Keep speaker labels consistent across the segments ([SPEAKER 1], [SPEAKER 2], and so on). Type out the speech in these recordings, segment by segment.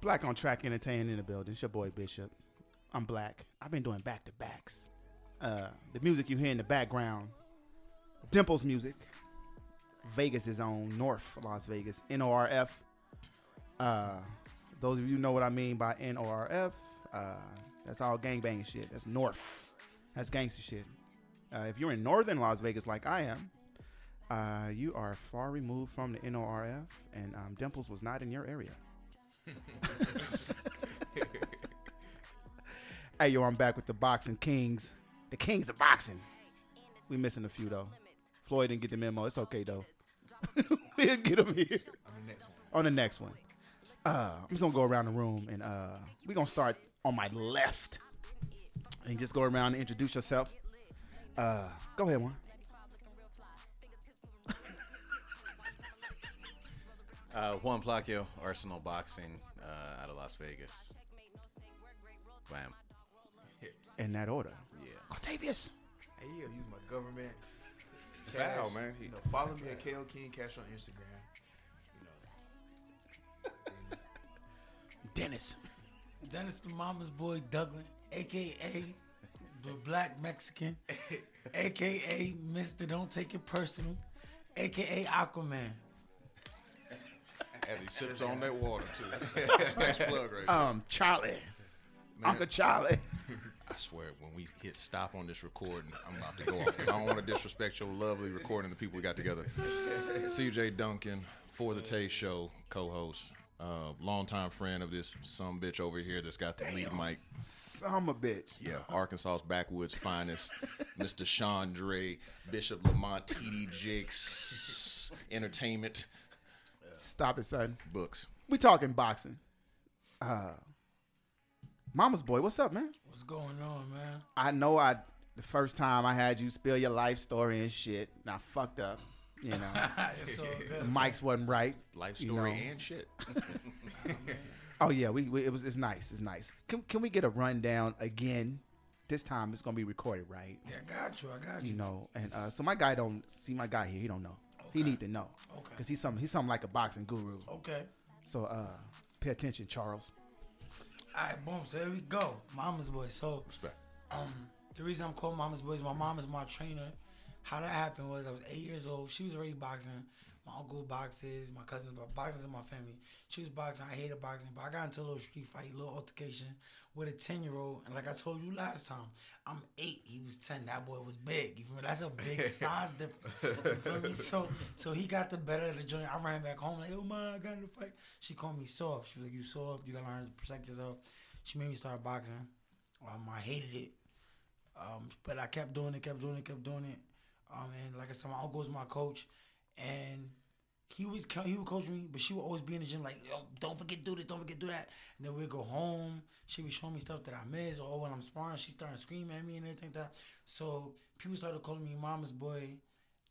[SPEAKER 1] Black on Track Entertainment in the building. It's your boy Bishop. I'm black. I've been doing back to backs. Uh, the music you hear in the background, Dimples music, Vegas is on North Las Vegas, N O R F. Uh, those of you know what I mean by N O R F. Uh, that's all gangbang shit. That's North. That's gangster shit. Uh, if you're in northern Las Vegas like I am, uh, you are far removed from the NORF, and um, Dimples was not in your area. hey, yo, I'm back with the Boxing Kings. The Kings of Boxing. We missing a few, though. Floyd didn't get the memo. It's okay, though. we'll get him here
[SPEAKER 2] On the next one.
[SPEAKER 1] on the next one. Uh, I'm just gonna go around the room and uh, we're gonna start on my left and just go around and introduce yourself. Uh, go ahead, one.
[SPEAKER 3] Uh, Juan Plaquio, Arsenal Boxing, uh, out of Las Vegas. Bam.
[SPEAKER 1] In that order.
[SPEAKER 3] Yeah.
[SPEAKER 1] Octavius.
[SPEAKER 2] Hey, yo, use my government.
[SPEAKER 3] Foul,
[SPEAKER 2] Cash.
[SPEAKER 3] man. He-
[SPEAKER 2] You know, follow me at KO King Cash on Instagram.
[SPEAKER 1] Dennis.
[SPEAKER 4] Dennis the Mama's boy Douglin, aka the Black Mexican, aka Mister Don't Take It Personal, aka Aquaman.
[SPEAKER 5] As he sips on that water too. That's a nice plug right there.
[SPEAKER 1] Um, Charlie. Uncle Charlie.
[SPEAKER 5] I swear, when we hit stop on this recording, I'm about to go off. 'cause I don't want to disrespect your lovely recording. The people we got together. CJ Duncan for the Tay Show co-host, uh, longtime friend of this some bitch over here that's got the lead mic.
[SPEAKER 1] Summer bitch.
[SPEAKER 5] Yeah, Arkansas's backwoods finest, Mr. Chandre Bishop Lamont T.D. Jakes Entertainment
[SPEAKER 1] Stop it, son.
[SPEAKER 5] books.
[SPEAKER 1] We talking boxing. Uh, Mama's boy, what's up, man?
[SPEAKER 4] What's going on, man?
[SPEAKER 1] I know I the first time I had you spill your life story and shit, and I fucked up. You know,
[SPEAKER 4] it's all good.
[SPEAKER 1] Mike's wasn't right.
[SPEAKER 5] Life
[SPEAKER 1] you
[SPEAKER 5] story
[SPEAKER 1] know.
[SPEAKER 5] and shit.
[SPEAKER 1] Oh yeah, we, we it was it's nice, it's nice. Can can we get a rundown again? This time it's gonna be recorded, right?
[SPEAKER 4] Yeah, I got you. I got
[SPEAKER 1] You
[SPEAKER 4] you.
[SPEAKER 1] know, and uh, so my guy don't see my guy here. He don't know. He need to know.
[SPEAKER 4] Okay.
[SPEAKER 1] Cause he's something he's something like a boxing guru.
[SPEAKER 4] Okay.
[SPEAKER 1] So uh, pay attention, Charles.
[SPEAKER 4] All right, boom. So there we go. Mama's boy. So
[SPEAKER 5] Respect.
[SPEAKER 4] um, the reason I'm called Mama's Boy is my mom is my trainer. How that happened was I was eight years old. She was already boxing. My uncle boxes, my cousins, but boxing's in my family. She was boxing. I hated boxing, but I got into a little street fight, a little altercation with a 10 year old. And like I told you last time, I'm eight. He was 10. That boy was big. You feel me? That's a big size difference. You feel me? So, so he got the better of the joint. I ran back home, like, oh, my, I got in a fight. She called me soft. She was like, you soft. You got to learn to protect yourself. She made me start boxing. Um, I hated it. Um, but I kept doing it, kept doing it, kept doing it. Um, and like I said, my uncle was my coach, and he was co- he would coach me, but she would always be in the gym like, Yo, don't forget to do this, don't forget to do that. And then we'd go home. She would show me stuff that I missed, or "Oh, when I'm sparring, she started screaming at me and everything like that. So people started calling me Mama's boy.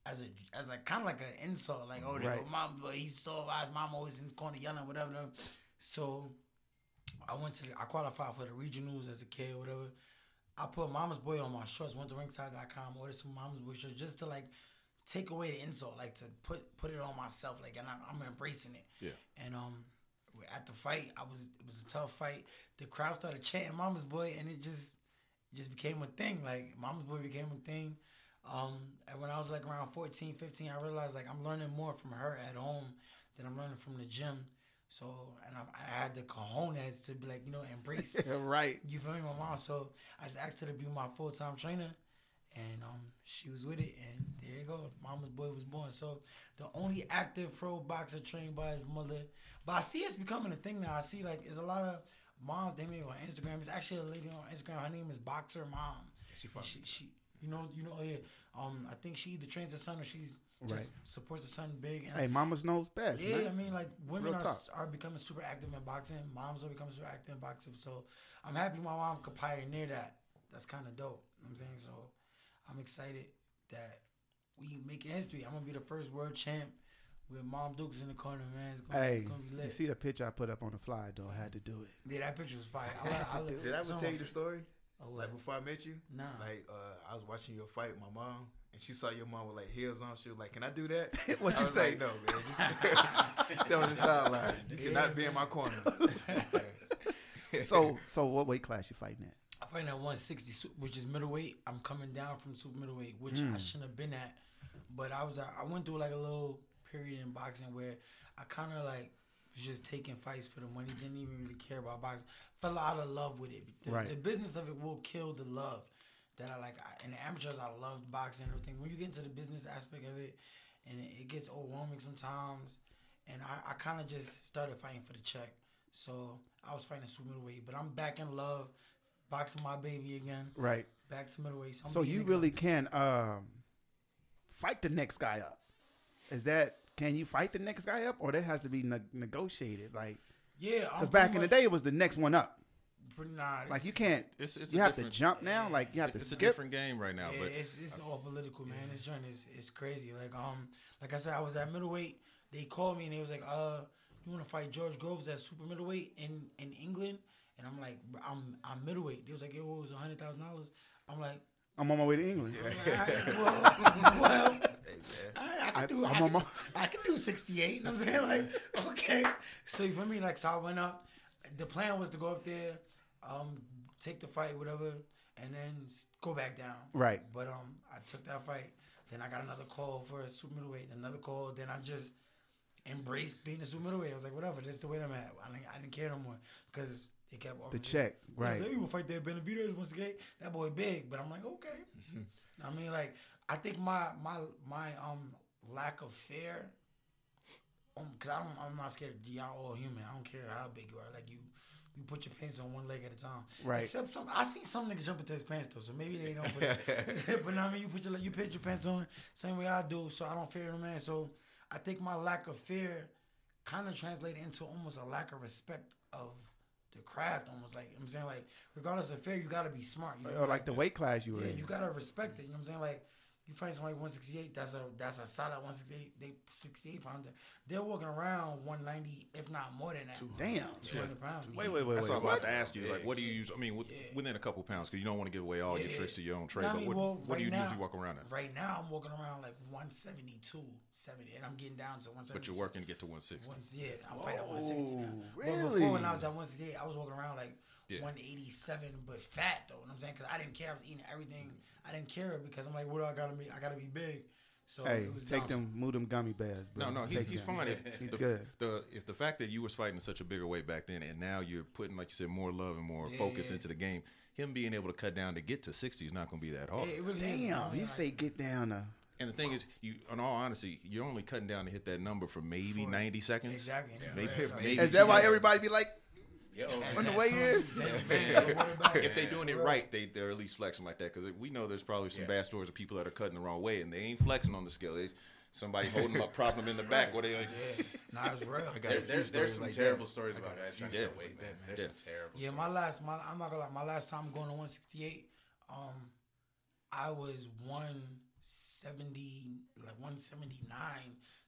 [SPEAKER 4] As a, as a kind of like an insult, like oh, there go
[SPEAKER 1] Right.
[SPEAKER 4] mom, but he's so wise. Mom always in the corner yelling, whatever. whatever. So I went to the, I qualified for the regionals as a kid, whatever. I put Mama's Boy on my shorts. Went to ringside.com, ordered some Mama's Boy shirts just to like take away the insult, like to put put it on myself, like and I, I'm embracing it. Yeah. And um, at the fight, I was it was a tough fight. The crowd started chanting Mama's Boy, and it just just became a thing. Like Mama's Boy became a thing. Um, and when I was like around 14, 15, I realized like I'm learning more from her at home than I'm learning from the gym. So, and I, I had the cojones to be like, you know, embrace
[SPEAKER 1] right.
[SPEAKER 4] you feel me, my mom? So I just asked her to be my full time trainer, and um, she was with it, and there you go, Mama's boy was born. So the only active pro boxer trained by his mother, but I see it's becoming a thing now. I see like there's a lot of moms they made on Instagram. It's actually a lady on Instagram. Her name is Boxer Mom.
[SPEAKER 2] She
[SPEAKER 4] And
[SPEAKER 2] fucking
[SPEAKER 4] She, she you know, you know, yeah. Um, I think she either trains her son or she's just
[SPEAKER 1] Right.
[SPEAKER 4] supports her son big. And
[SPEAKER 1] Hey, Mama's knows best.
[SPEAKER 4] yeah,
[SPEAKER 1] man.
[SPEAKER 4] I mean, like women
[SPEAKER 1] Real
[SPEAKER 4] are,
[SPEAKER 1] talk.
[SPEAKER 4] are becoming super active in boxing. Moms are becoming super active in boxing. So I'm happy my mom could pioneer that. That's kind of dope. You know what I'm saying so. I'm excited that we making history. I'm gonna be the first world champ with Mom Dukes in the corner, man. It's gonna,
[SPEAKER 1] Hey,
[SPEAKER 4] it's gonna be
[SPEAKER 1] you
[SPEAKER 4] lit.
[SPEAKER 1] see the picture I put up on the fly though? I had to do it.
[SPEAKER 4] yeah, that picture was fire. I, love- I, love-
[SPEAKER 2] Did I ever
[SPEAKER 4] some-
[SPEAKER 2] tell you the story?
[SPEAKER 4] Oh, what?
[SPEAKER 2] Like before I met you,
[SPEAKER 4] Nah.
[SPEAKER 2] like uh, I was watching your fight with my mom, and she saw your mom with like heels on. She was like, "Can I do that?"
[SPEAKER 1] What'd
[SPEAKER 2] I
[SPEAKER 1] you
[SPEAKER 2] was
[SPEAKER 1] say?
[SPEAKER 2] Like, no, man. Just, you stay on the sideline. You cannot be in my corner.
[SPEAKER 1] So, so what weight class you fighting at?
[SPEAKER 4] I'm fighting at 160, su- which is middleweight. I'm coming down from super middleweight, which I shouldn't have been at. But I was, I went through like a little period in boxing where I kind of like was just taking fights for the money. Didn't even really care about boxing. Fell out of love with it. The,
[SPEAKER 1] Right.
[SPEAKER 4] the business of it will kill the love that I like. I, in the amateurs, I loved boxing and everything. When you get into the business aspect of it, and it, it gets overwhelming sometimes. And I, I kind of just started fighting for the check. So I was fighting super middleweight, but I'm back in love boxing my baby again.
[SPEAKER 1] Right.
[SPEAKER 4] Back to middleweight. I'm
[SPEAKER 1] So
[SPEAKER 4] beating
[SPEAKER 1] you
[SPEAKER 4] the
[SPEAKER 1] really can um, fight the next guy up. Is that can you fight the next guy up, or that has to be ne- negotiated? Like,
[SPEAKER 4] yeah.
[SPEAKER 1] because back in the day it was the next one up.
[SPEAKER 4] nah,
[SPEAKER 1] Like you can't.
[SPEAKER 5] It's- it's
[SPEAKER 1] you
[SPEAKER 5] a
[SPEAKER 1] have to
[SPEAKER 5] different-
[SPEAKER 1] jump now. Like you have to
[SPEAKER 5] It's a
[SPEAKER 1] skip.
[SPEAKER 5] different game right now,
[SPEAKER 4] Yeah,
[SPEAKER 5] but
[SPEAKER 4] it's it's all political, man. This joint is is crazy. Like um, like I said, I was at middleweight. They called me and they was like, uh, you want to fight George Groves at super middleweight in in England? And I'm like, "Bro, I'm I'm middleweight. They was like, it was a hundred thousand dollars. I'm like,
[SPEAKER 1] I'm on my way to England.
[SPEAKER 4] alright, well, well, I, I
[SPEAKER 1] I-
[SPEAKER 4] can do.
[SPEAKER 1] I'm
[SPEAKER 4] I can-
[SPEAKER 1] on my-
[SPEAKER 4] I can do 68. You know what I'm saying? Like, okay. So you feel me? Like, so I went up. The plan was to go up there, um, take the fight, whatever, and then s- go back down.
[SPEAKER 1] Right.
[SPEAKER 4] But um, I took that fight. Then I got another call for a super middleweight. Another call. Then I just embraced being a super middleweight. I was like, whatever. That's the way I'm at. I didn't, I didn't care no more because they kept
[SPEAKER 1] The
[SPEAKER 4] offering me-
[SPEAKER 1] check.
[SPEAKER 4] you know what
[SPEAKER 1] Right.
[SPEAKER 4] I'm saying? You will fight that Benavidez once again. That boy big, but I'm like, okay.
[SPEAKER 1] Mm-hmm.
[SPEAKER 4] I mean, like, I think my my my um lack of fear, um, cause I don't, I'm not scared. of Y'all all human. I don't care how big you are. Like you, you put your pants on one leg at a time.
[SPEAKER 1] Right.
[SPEAKER 4] Except some, I seen some nigga jump into his pants though, so maybe they don't. Put, but I mean, you put your you put your pants on same way I do, so I don't fear no man. So I think my lack of fear kind of translated into almost a lack of respect of the craft almost like I'm saying like regardless of fear you gotta be smart you feel
[SPEAKER 1] Or
[SPEAKER 4] me?
[SPEAKER 1] like the weight class you were
[SPEAKER 4] yeah
[SPEAKER 1] in.
[SPEAKER 4] you gotta respect it you know what I'm saying like you find somebody 168 that's a that's a solid 168 they 68 pounder they're walking around 190 if not more than that
[SPEAKER 1] Damn.
[SPEAKER 4] 200 pounds
[SPEAKER 1] Wait, wait, wait, wait.
[SPEAKER 5] that's what I'm about
[SPEAKER 1] What?
[SPEAKER 5] to ask you. Is like, what do you use? I mean, with, within a couple pounds, because you don't want to give away all your
[SPEAKER 4] Yeah.
[SPEAKER 5] tricks to your own
[SPEAKER 4] You
[SPEAKER 5] trade.
[SPEAKER 4] know what I mean?
[SPEAKER 5] But what,
[SPEAKER 4] Well,
[SPEAKER 5] what
[SPEAKER 4] right
[SPEAKER 5] do you
[SPEAKER 4] now-
[SPEAKER 5] usually walk around at?
[SPEAKER 4] right now I'm walking around like 172 70 and I'm getting down to 172
[SPEAKER 5] But you're working to get to 160.
[SPEAKER 4] Once, yeah, I'm fighting at 160
[SPEAKER 1] Whoa,
[SPEAKER 4] now. But before when
[SPEAKER 1] really?
[SPEAKER 4] I was at 168, I was walking around like
[SPEAKER 5] Yeah.
[SPEAKER 4] 187, but fat though. You know what I'm saying? Because I didn't care. I was eating everything. I didn't care because I'm like, what do I gotta be? I gotta be big. So
[SPEAKER 1] Hey,
[SPEAKER 4] it was
[SPEAKER 1] take
[SPEAKER 4] down.
[SPEAKER 1] them, move them gummy bears. Bro.
[SPEAKER 5] No, no, he's,
[SPEAKER 1] Take
[SPEAKER 5] he's
[SPEAKER 1] them.
[SPEAKER 5] fine. If
[SPEAKER 1] He's
[SPEAKER 5] the,
[SPEAKER 1] good.
[SPEAKER 5] The, if the fact that you was fighting in such a bigger weight back then, and now you're putting, like you said, more love and more focus into the game, him being able to cut down to get to 60 is not going to be that hard.
[SPEAKER 4] Yeah, it really is down,
[SPEAKER 1] Damn, you
[SPEAKER 4] like,
[SPEAKER 1] say get down to
[SPEAKER 5] and the thing is, you, in all honesty, you're only cutting down to hit that number for maybe 90 seconds.
[SPEAKER 4] Exactly. Yeah.
[SPEAKER 5] Maybe,
[SPEAKER 4] Right.
[SPEAKER 5] maybe
[SPEAKER 1] Is that why
[SPEAKER 5] 10.
[SPEAKER 1] everybody be like,
[SPEAKER 5] Yeah.
[SPEAKER 1] on the way in?
[SPEAKER 4] Damn, man, yo, what about
[SPEAKER 5] if they
[SPEAKER 4] it?
[SPEAKER 5] doing it right, they they're at least flexing like that because we know there's probably some bad stories of people that are cutting the wrong way and they ain't flexing on the scale. They, somebody holding up, propping them in the back where they like,
[SPEAKER 4] Nah, it's real.
[SPEAKER 3] There, there's there's some terrible stories about guys trying to
[SPEAKER 5] Yeah.
[SPEAKER 3] get weight, man. There's
[SPEAKER 5] Yeah.
[SPEAKER 3] some terrible.
[SPEAKER 4] Yeah,
[SPEAKER 3] stories.
[SPEAKER 4] my last, my I'm not gonna lie, my last time going to 168, um, I was 170, like 179,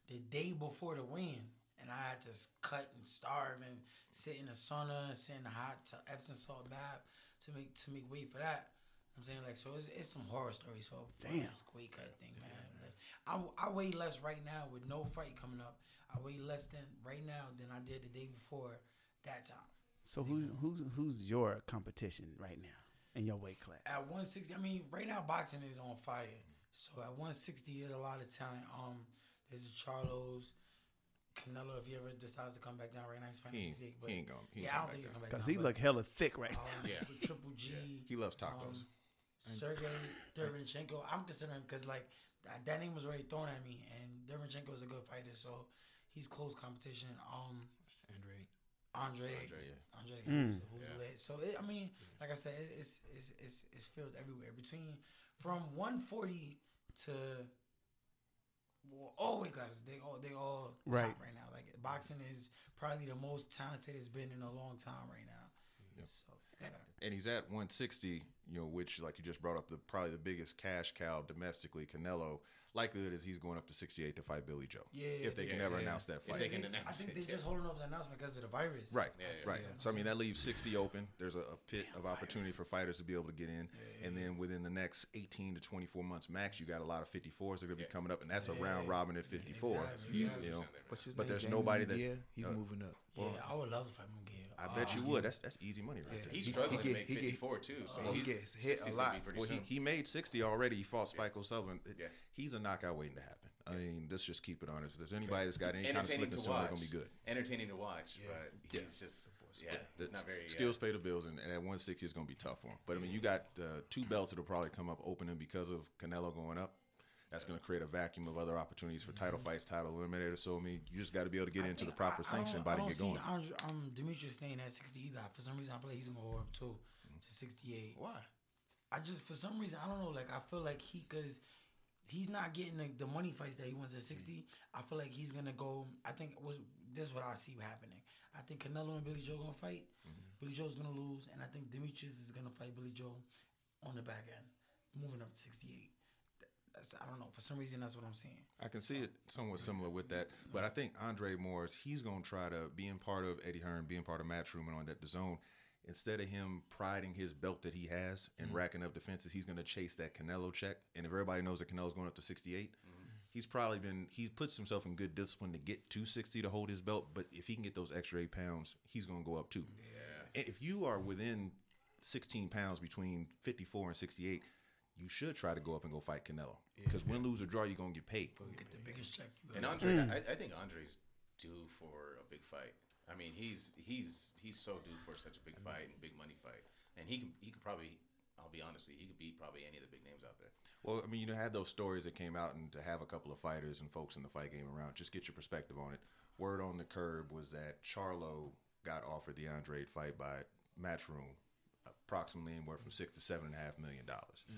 [SPEAKER 4] the day before the win, and I had to s- cut and starve and sit in the sauna, sit in the hot tub, Epsom salt bath to make to make weight for that. I'm saying like, so it's, it's some horror stories for for
[SPEAKER 1] Damn.
[SPEAKER 4] this weight cut thing, man. Like, I I weigh less right now with no fight coming up. I weigh less than right now than I did the day before that time.
[SPEAKER 1] So who's who's who's your competition right now in your weight class?
[SPEAKER 4] at 160 i mean right now boxing is on fire so at 160 there's a lot of talent um there's a charlos canelo if he ever decides to come back down right now he's fighting
[SPEAKER 5] He ain't-
[SPEAKER 4] 68 but
[SPEAKER 5] he ain't gonna- he ain't
[SPEAKER 4] yeah i
[SPEAKER 5] coming
[SPEAKER 4] don't think
[SPEAKER 5] back
[SPEAKER 4] he'll come back down
[SPEAKER 1] Cause he
[SPEAKER 4] but,
[SPEAKER 1] look hella thick right
[SPEAKER 4] um,
[SPEAKER 1] now.
[SPEAKER 5] Yeah.
[SPEAKER 4] with triple g
[SPEAKER 5] he loves tacos.
[SPEAKER 4] um, sergey dervinchenko i'm considering because like that, that name was already thrown at me and dervinchenko is a good fighter so he's close competition um
[SPEAKER 2] Andre,
[SPEAKER 4] Andre,
[SPEAKER 5] Andre, yeah.
[SPEAKER 4] Andre,
[SPEAKER 3] Mm.
[SPEAKER 4] who's, who's lit. So it, I mean, like I said, it, it's it's it's it's filled everywhere between from 140 to well, all weight classes. They all they all
[SPEAKER 1] Right.
[SPEAKER 4] top right now. Like boxing is probably the most talented it's been in a long time right now. So yeah.
[SPEAKER 5] and he's at 160, you know, which like you just brought up the probably the biggest cash cow domestically, Canelo. likelihood is he's going up to 68 to fight Billy Joe.
[SPEAKER 4] Yeah,
[SPEAKER 5] if they can
[SPEAKER 3] yeah,
[SPEAKER 5] ever
[SPEAKER 3] yeah.
[SPEAKER 5] announce that
[SPEAKER 3] If
[SPEAKER 5] fight.
[SPEAKER 3] they can announce
[SPEAKER 4] I
[SPEAKER 3] it,
[SPEAKER 4] think they're
[SPEAKER 3] yeah.
[SPEAKER 4] just holding off the announcement because of the virus.
[SPEAKER 5] Right,
[SPEAKER 3] Yeah, yeah,
[SPEAKER 5] right.
[SPEAKER 3] yeah.
[SPEAKER 5] So I mean, that leaves sixty open. There's a, a pit of opportunity for fighters to be able to get in, and then within the next eighteen to twenty four months max, you got a lot of fifty fours that are going to be coming up, and that's a round robin at fifty four.
[SPEAKER 4] exactly, yeah.
[SPEAKER 5] You know,
[SPEAKER 2] What's his
[SPEAKER 5] But
[SPEAKER 2] name?
[SPEAKER 5] there's
[SPEAKER 2] Jamie
[SPEAKER 5] nobody that-
[SPEAKER 2] Munguia? he's moving up.
[SPEAKER 4] yeah, I would love to fight Munguia.
[SPEAKER 5] I bet you would. That's that's easy money right there.
[SPEAKER 3] Ah, He's struggling
[SPEAKER 2] get-
[SPEAKER 3] to make
[SPEAKER 2] he get- uh,
[SPEAKER 3] 54 too. So
[SPEAKER 2] he
[SPEAKER 3] he's-
[SPEAKER 2] gets hit a
[SPEAKER 3] 60's
[SPEAKER 2] lot.
[SPEAKER 3] gonna be pretty
[SPEAKER 5] Well, he,
[SPEAKER 3] soon.
[SPEAKER 5] he made 60 already. He fought Spike O'Sullivan. It-
[SPEAKER 3] Yeah.
[SPEAKER 5] He's a knockout waiting to happen. I mean, let's just keep it honest. If there's anybody that's got any kind of
[SPEAKER 3] entertaining
[SPEAKER 5] slip and
[SPEAKER 3] to
[SPEAKER 5] slide, they're
[SPEAKER 3] watch.
[SPEAKER 5] going to be good.
[SPEAKER 3] Entertaining to watch, but
[SPEAKER 5] Yeah.
[SPEAKER 3] he's just yeah,
[SPEAKER 5] That's-
[SPEAKER 3] it's not
[SPEAKER 4] uh,
[SPEAKER 3] very
[SPEAKER 5] skills pay the bills, and, and at 160 is going to be tough for him. But I mean, you got uh, two belts that'll probably come up opening because of Canelo going up. That's going to create a vacuum of other opportunities for title
[SPEAKER 4] Mm-hmm.
[SPEAKER 5] fights, title eliminator. So I mean, you just got to be able to get into the proper sanctioning body and get going.
[SPEAKER 4] I don't see Andre- um, Demetrius staying at 60 either. For some reason, I feel like he's going to go up too
[SPEAKER 5] Mm-hmm.
[SPEAKER 4] to 68.
[SPEAKER 2] Why?
[SPEAKER 4] I just for some reason I don't know. Like I feel like he because he's not getting the, the money fights that he wants at sixty.
[SPEAKER 5] Mm-hmm.
[SPEAKER 4] I feel like he's gonna go. I think was this is what I see happening. I think Canelo and Billy Joe gonna fight.
[SPEAKER 5] Mm-hmm.
[SPEAKER 4] Billy Joe's gonna lose, and I think Demetrius is gonna fight Billy Joe on the back end, moving up to sixty eight. That's I don't know. For some reason, that's what I'm seeing.
[SPEAKER 5] I can see it somewhat similar with that, but I think Andre Morris, he's going to try to being part of Eddie Hearn, being part of Matt Truman on that the zone. Instead of him priding his belt that he has and racking up defenses, he's going to chase that Canelo check. And if everybody knows that Canelo's going up to 68, he's probably been he puts himself in good discipline to get 260 to hold his belt. But if he can get those extra eight pounds, he's going to go up too. Yeah. If you are within 16 pounds between 54 and 68, you should try to go up and go fight Canelo because win, lose or draw, you're going to get paid.
[SPEAKER 4] Get the biggest check. You
[SPEAKER 3] And
[SPEAKER 4] guys-
[SPEAKER 3] Andre, I, I think Andre's due for a big fight. I mean, he's he's he's so due for such a big
[SPEAKER 2] Mm-hmm.
[SPEAKER 3] fight and big money fight, and he can he could probably. I'll be honest with you. He could beat probably any of the big names out there.
[SPEAKER 5] Well, I mean, you know, had those stories that came out, and to have a couple of fighters and folks in the fight game around, just get your perspective on it. Word on the curb was that Charlo got offered the Andre fight by Matchroom, approximately anywhere from six to seven and a half million dollars.
[SPEAKER 4] Mm.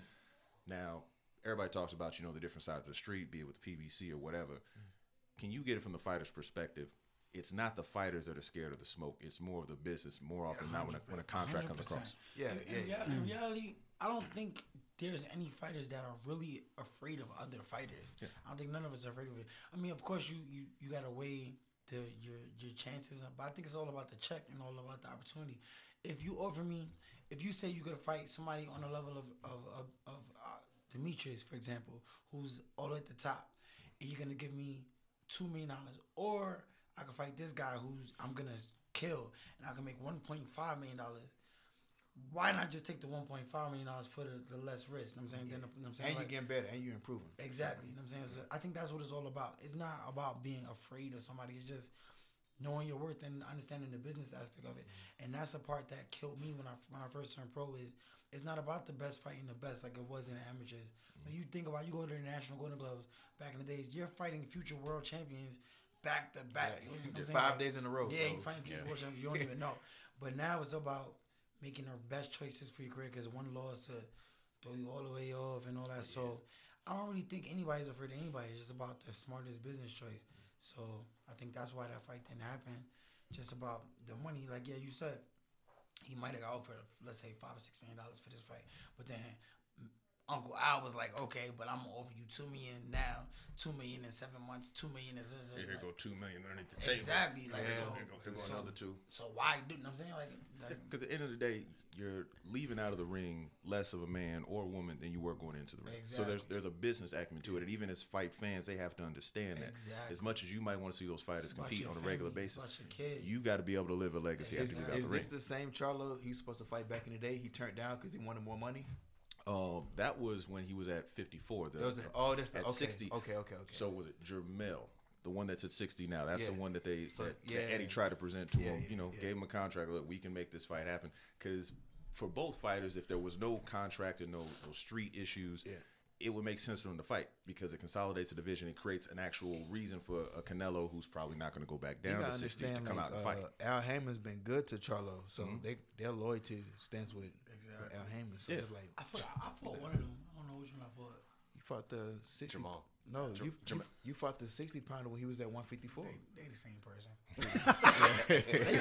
[SPEAKER 5] Now, everybody talks about you know the different sides of the street, be it with PBC or whatever.
[SPEAKER 4] Mm.
[SPEAKER 5] Can you get it from the fighter's perspective? It's not the fighters that are scared of the smoke. It's more of the business, more often than not, when a, when a contract comes
[SPEAKER 4] 100%.
[SPEAKER 5] across.
[SPEAKER 2] Yeah,
[SPEAKER 4] In- in rea- In reality, I don't think there's any fighters that are really afraid of other fighters. I don't think none of us are afraid of it. I mean, of course, you you, you got to weigh the, your your chances, but I think it's all about the check and all about the opportunity. If you offer me, if you say you're gonna fight somebody on the level of of of, of uh, Demetrius, for example, who's all the way at the top, and you're gonna give me two million dollars, or I can fight this guy who's I'm gonna kill, and I can make one point five million dollars why not just take the one point five million dollars for the, the less risk? You know what I'm saying, then, you know what I'm saying,
[SPEAKER 2] And you're
[SPEAKER 4] Like,
[SPEAKER 2] getting better, and you're improving.
[SPEAKER 4] exactly. You know what I'm saying, so I think that's what it's all about. It's not about being afraid of somebody. It's just knowing your worth and understanding the business aspect of it.
[SPEAKER 2] Mm-hmm.
[SPEAKER 4] And that's the part that killed me when I when I first turned pro is it's not about the best fighting the best like it was in the amateurs.
[SPEAKER 2] Mm-hmm.
[SPEAKER 4] When you think about you go to the national golden gloves back in the days, you're fighting future world champions back to back. You know what I'm saying?
[SPEAKER 2] Five
[SPEAKER 4] Like,
[SPEAKER 2] days in a row.
[SPEAKER 4] yeah, you
[SPEAKER 2] bro.
[SPEAKER 4] find people watching you don't even know. But now it's about making the best choices for your career because one loss to throw you all the way off and all that. So I don't really think anybody's afraid of anybody. It's just about the smartest business choice. So I think that's why that fight didn't happen. Just about the money, like yeah, you said he might have got offered let's say five or six million dollars for this fight, but then. Uncle Al was like, okay, but I'm gonna offer you two million now, two million in seven months, two million in
[SPEAKER 5] Here go two million underneath the table.
[SPEAKER 4] exactly like
[SPEAKER 5] Here
[SPEAKER 4] so.
[SPEAKER 5] go- here go another two.
[SPEAKER 4] So why do you know what I'm saying? Like, like
[SPEAKER 5] Because at the end of the day, you're leaving out of the ring less of a man or woman than you were going into the ring. So there's there's a business acumen to it, and even as fight fans, they have to understand that.
[SPEAKER 4] Exactly.
[SPEAKER 5] As much as you might want to see those fighters
[SPEAKER 4] It's about
[SPEAKER 5] compete
[SPEAKER 4] your
[SPEAKER 5] on a regular
[SPEAKER 4] family, it's
[SPEAKER 5] basis,
[SPEAKER 4] about your kids.
[SPEAKER 5] you got to be able to live a legacy
[SPEAKER 2] Is,
[SPEAKER 5] after you leave
[SPEAKER 2] is
[SPEAKER 5] out the ring.
[SPEAKER 2] this the same Charlo he's supposed to fight back in the day? He turned down because he wanted more money.
[SPEAKER 5] Um, that was when he was at 54. The,
[SPEAKER 2] That was the- oh, that's the
[SPEAKER 5] Uh, at
[SPEAKER 2] okay,
[SPEAKER 5] 60.
[SPEAKER 2] Okay, okay, okay.
[SPEAKER 5] So was it Jermel, the one that's at 60 now? That's the
[SPEAKER 2] Yeah.
[SPEAKER 5] one that they
[SPEAKER 2] So,
[SPEAKER 5] that, that
[SPEAKER 2] yeah.
[SPEAKER 5] Eddie tried to present to
[SPEAKER 2] Yeah,
[SPEAKER 5] him.
[SPEAKER 2] yeah,
[SPEAKER 5] you know,
[SPEAKER 2] yeah.
[SPEAKER 5] gave him a contract. Look, we can make this fight happen. Because for both fighters, if there was no contract and no, no street issues.
[SPEAKER 2] Yeah.
[SPEAKER 5] It would make sense for them to fight because it consolidates the division. It creates an actual reason for a Canelo who's probably not going to go back
[SPEAKER 2] You
[SPEAKER 5] down to
[SPEAKER 2] gotta
[SPEAKER 5] 60 to
[SPEAKER 2] understand,
[SPEAKER 5] come
[SPEAKER 2] like,
[SPEAKER 5] out and fight.
[SPEAKER 2] uh, Al Heyman's been good to Charlo, so they their loyalty stands with, with Al Heyman. So
[SPEAKER 5] Yeah.
[SPEAKER 2] it's like
[SPEAKER 4] I fought, I fought one of them. I don't know which one I fought.
[SPEAKER 2] you fought the 60,
[SPEAKER 3] Jamal.
[SPEAKER 2] No, you, you-
[SPEAKER 5] Jamal.
[SPEAKER 2] you fought the sixty pounder when he was at one fifty four.
[SPEAKER 4] They the same person.
[SPEAKER 2] uh, Hey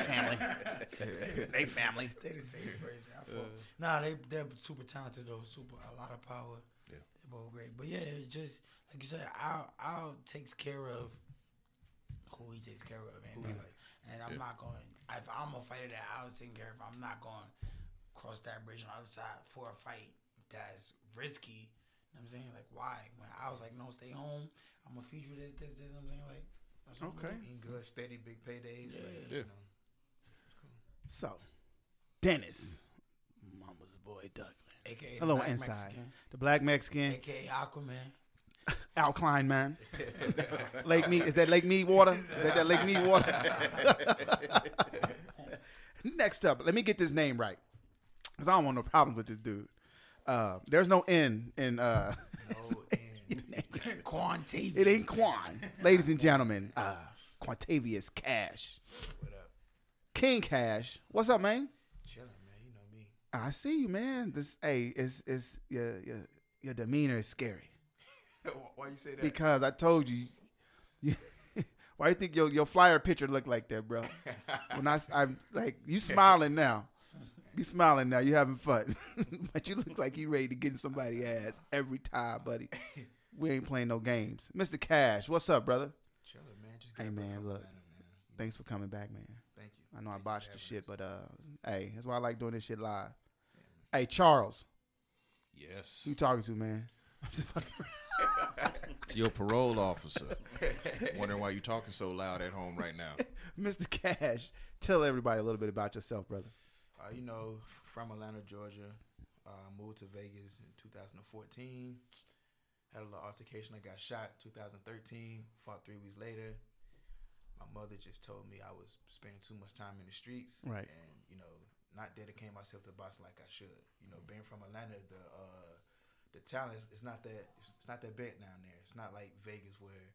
[SPEAKER 2] family.
[SPEAKER 4] They the same person. I fought. nah, they they're super talented though. Super a lot of power. Yeah. Bowl great. But yeah, it's just like you said, Al Al takes care of who he takes care of, and, and I'm not going. If I'm a fighter that I was taking care of, I'm not going cross that bridge on the other side for a fight that's risky. You know what I'm saying like why? When I was like, no, stay home. I'm gonna feed you this, this, this. you know what I'm saying like. that's what I'm
[SPEAKER 1] Okay.
[SPEAKER 4] doing.
[SPEAKER 2] Eating good, steady, big paydays. like, you
[SPEAKER 4] Yeah.
[SPEAKER 5] Yeah.
[SPEAKER 2] know.
[SPEAKER 1] So, Dennis, Mama's boy Doug, man.
[SPEAKER 4] AKA the
[SPEAKER 1] Hello,
[SPEAKER 4] Black
[SPEAKER 1] inside
[SPEAKER 4] Mexican,
[SPEAKER 1] the black Mexican
[SPEAKER 4] AKA Aquaman.
[SPEAKER 1] alkaline man. Lake Mead is that Lake Mead water? Is that that Lake Mead water? Next up, let me get this name right, cause I don't want no problems with this dude. Uh, there's no N in. Uh,
[SPEAKER 2] Oh, and
[SPEAKER 4] Quan Tavius.
[SPEAKER 1] it ain't Quan, ladies and gentlemen. Uh, Quantavious Cash,
[SPEAKER 2] what up?
[SPEAKER 1] King Cash. What's up, man?
[SPEAKER 2] uh, Chilling, man. You know me.
[SPEAKER 1] I see you, man. This hey, is is your your your demeanor is scary
[SPEAKER 2] Why you say that?
[SPEAKER 1] because I told you. you why you think your your flyer picture look like that, bro? When I am like you smiling now, you smiling now, you having fun, but you look like you ready to get in somebody's ass every time, buddy. We ain't playing no games, Mister Cash. What's up, brother?
[SPEAKER 2] Chilling, man. Just
[SPEAKER 1] Hey,
[SPEAKER 2] get
[SPEAKER 1] man,
[SPEAKER 2] from
[SPEAKER 1] look.
[SPEAKER 2] Atlanta, man.
[SPEAKER 1] Thanks for coming back, man.
[SPEAKER 2] Thank you.
[SPEAKER 1] I know I
[SPEAKER 2] Thank you
[SPEAKER 1] botched
[SPEAKER 2] for
[SPEAKER 1] the
[SPEAKER 2] having
[SPEAKER 1] shit,
[SPEAKER 2] us.
[SPEAKER 1] but uh, hey, that's why I like doing this shit live. Hey, Charles,
[SPEAKER 5] Yes.
[SPEAKER 1] who you talking to, man?
[SPEAKER 5] It's your parole officer. Wondering why you talking so loud at home right now.
[SPEAKER 1] Mr. Cash, tell everybody a little bit about yourself, brother.
[SPEAKER 2] Uh, you know, f- from Atlanta, Georgia. Uh, moved to Vegas in 2014. Had a little altercation. I got shot 2013. Fought three weeks later. My mother just told me I was spending too much time in the streets.
[SPEAKER 1] Right.
[SPEAKER 2] And, you know, not dedicating myself to boxing like I should. You know, being from Atlanta, the uh, the talent it's not that it's it's not that bad down there. It's not like Vegas where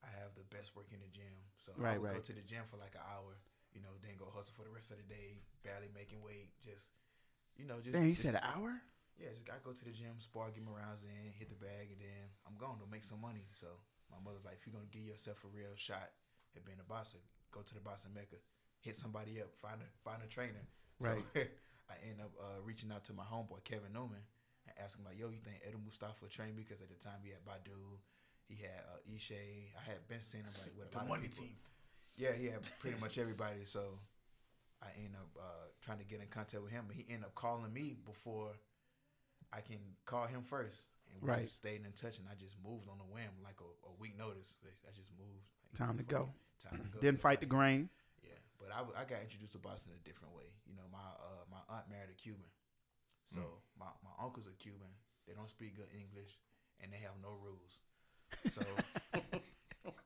[SPEAKER 2] I have the best work in the gym. So I
[SPEAKER 1] Right,
[SPEAKER 2] would go
[SPEAKER 1] right.
[SPEAKER 2] to the gym for like an hour, you know, then go hustle for the rest of the day, barely making weight, just you know, just
[SPEAKER 1] Damn, you
[SPEAKER 2] just-
[SPEAKER 1] said an hour?
[SPEAKER 2] yeah, just I go to the gym, spar, get my rounds in, hit the bag, and then I'm going to make some money. So my mother's like, if you're gonna give yourself a real shot at being a boxer, go to the boxing mecca, hit somebody up, find a find a trainer. So I end up uh, reaching out to my homeboy Kevin Newman and asking him like, yo, you think Eddie Mustafa trained me? Because at the time he had Badu, he had uh, Ishe, I had been seeing him like with a
[SPEAKER 4] The
[SPEAKER 2] lot of
[SPEAKER 4] money
[SPEAKER 2] people.
[SPEAKER 4] team.
[SPEAKER 2] Yeah, he had pretty much everybody. So I end up uh, trying to get in contact with him, and he ended up calling me before I can call him first. And we
[SPEAKER 1] Right.
[SPEAKER 2] just stayed in touch, and I just moved on a whim, like a, a week notice. I just moved.
[SPEAKER 1] Time to go.
[SPEAKER 2] Time to go.
[SPEAKER 1] Didn't fight the grain.
[SPEAKER 2] Nobody- yeah, but I, w- I got introduced to boxing a different way. You know, my uh, my aunt married a Cuban, so
[SPEAKER 1] Mm.
[SPEAKER 2] my, my uncles are Cuban. They don't speak good English, and they have no rules. So,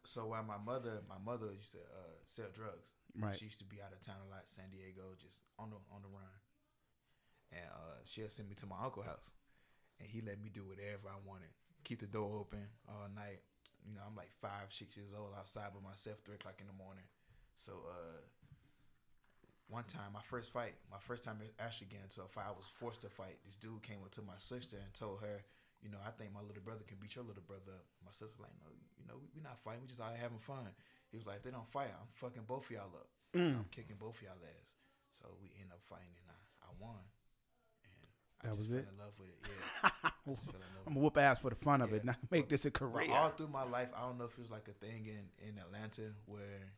[SPEAKER 2] so while my mother my mother used to uh, sell drugs,
[SPEAKER 1] Right.
[SPEAKER 2] She used to be out of town a lot, San Diego, just on the on the run, and uh, she'll send me to my uncle's house, and he let me do whatever I wanted. Keep the door open all night. You know, I'm like five, six years old outside by myself, three o'clock in the morning. So uh one time, my first fight, my first time actually getting into a fight, I was forced to fight. This dude came up to my sister and told her, you know, I think my little brother can beat your little brother. up." My sister like, no, you know, we're not fighting. We just out here having fun. He was like, if they don't fight, I'm fucking both of y'all up.
[SPEAKER 1] Mm.
[SPEAKER 2] I'm kicking both of y'all ass. So we end up fighting, and I, I won. And I
[SPEAKER 1] That was
[SPEAKER 2] just fell
[SPEAKER 1] it?
[SPEAKER 2] in love with it. Yeah. I just fell in love
[SPEAKER 1] I'm
[SPEAKER 2] with
[SPEAKER 1] gonna whoop ass for the fun of it.
[SPEAKER 2] Yeah.
[SPEAKER 1] Not make this a career.
[SPEAKER 2] but all through my life, I don't know if it was like a thing in, in Atlanta where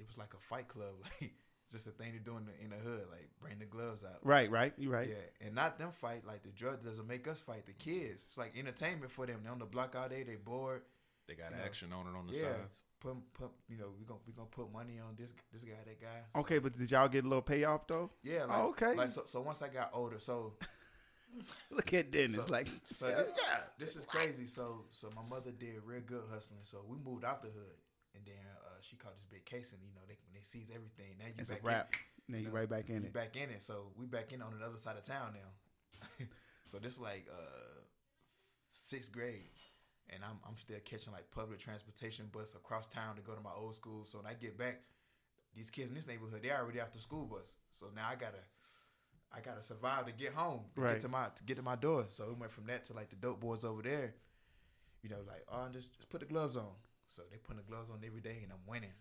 [SPEAKER 2] it was like a fight club, like just a thing to do in the, in the hood, like bring the gloves out.
[SPEAKER 1] Right, right, you right.
[SPEAKER 2] Yeah, and not them fight like the drug doesn't make us fight the kids. It's like entertainment for them. They on the block all day, they bored.
[SPEAKER 5] They got
[SPEAKER 2] Yeah.
[SPEAKER 5] action on it on the
[SPEAKER 2] yeah,
[SPEAKER 5] sides.
[SPEAKER 2] put put you know we gonna we gonna put money on this this guy that guy.
[SPEAKER 1] Okay, but did y'all get a little payoff though?
[SPEAKER 2] Yeah, like,
[SPEAKER 1] Oh, okay.
[SPEAKER 2] Like so, so once I got older, so
[SPEAKER 1] Look at Dennis,
[SPEAKER 2] So-
[SPEAKER 1] like
[SPEAKER 2] so thi- this, is crazy. So so my mother did real good hustling. So we moved out the hood, and then uh, she caught this big case, and you know they when they seize everything, now you
[SPEAKER 1] it's a
[SPEAKER 2] back
[SPEAKER 1] wrap.
[SPEAKER 2] In,
[SPEAKER 1] Now you
[SPEAKER 2] know,
[SPEAKER 1] right back in
[SPEAKER 2] you
[SPEAKER 1] it.
[SPEAKER 2] back in it. So we back in on the other side of town now. so this like uh, sixth grade. And I'm, I'm still catching like public transportation bus across town to go to my old school. So when I get back, these kids in this neighborhood, they already after school bus. So now I gotta I gotta survive to get home. To
[SPEAKER 1] Right.
[SPEAKER 2] Get to my to get to my door. So we went from that to like the dope boys over there. You know, like, oh just just put the gloves on. So they putting the gloves on every day and I'm winning.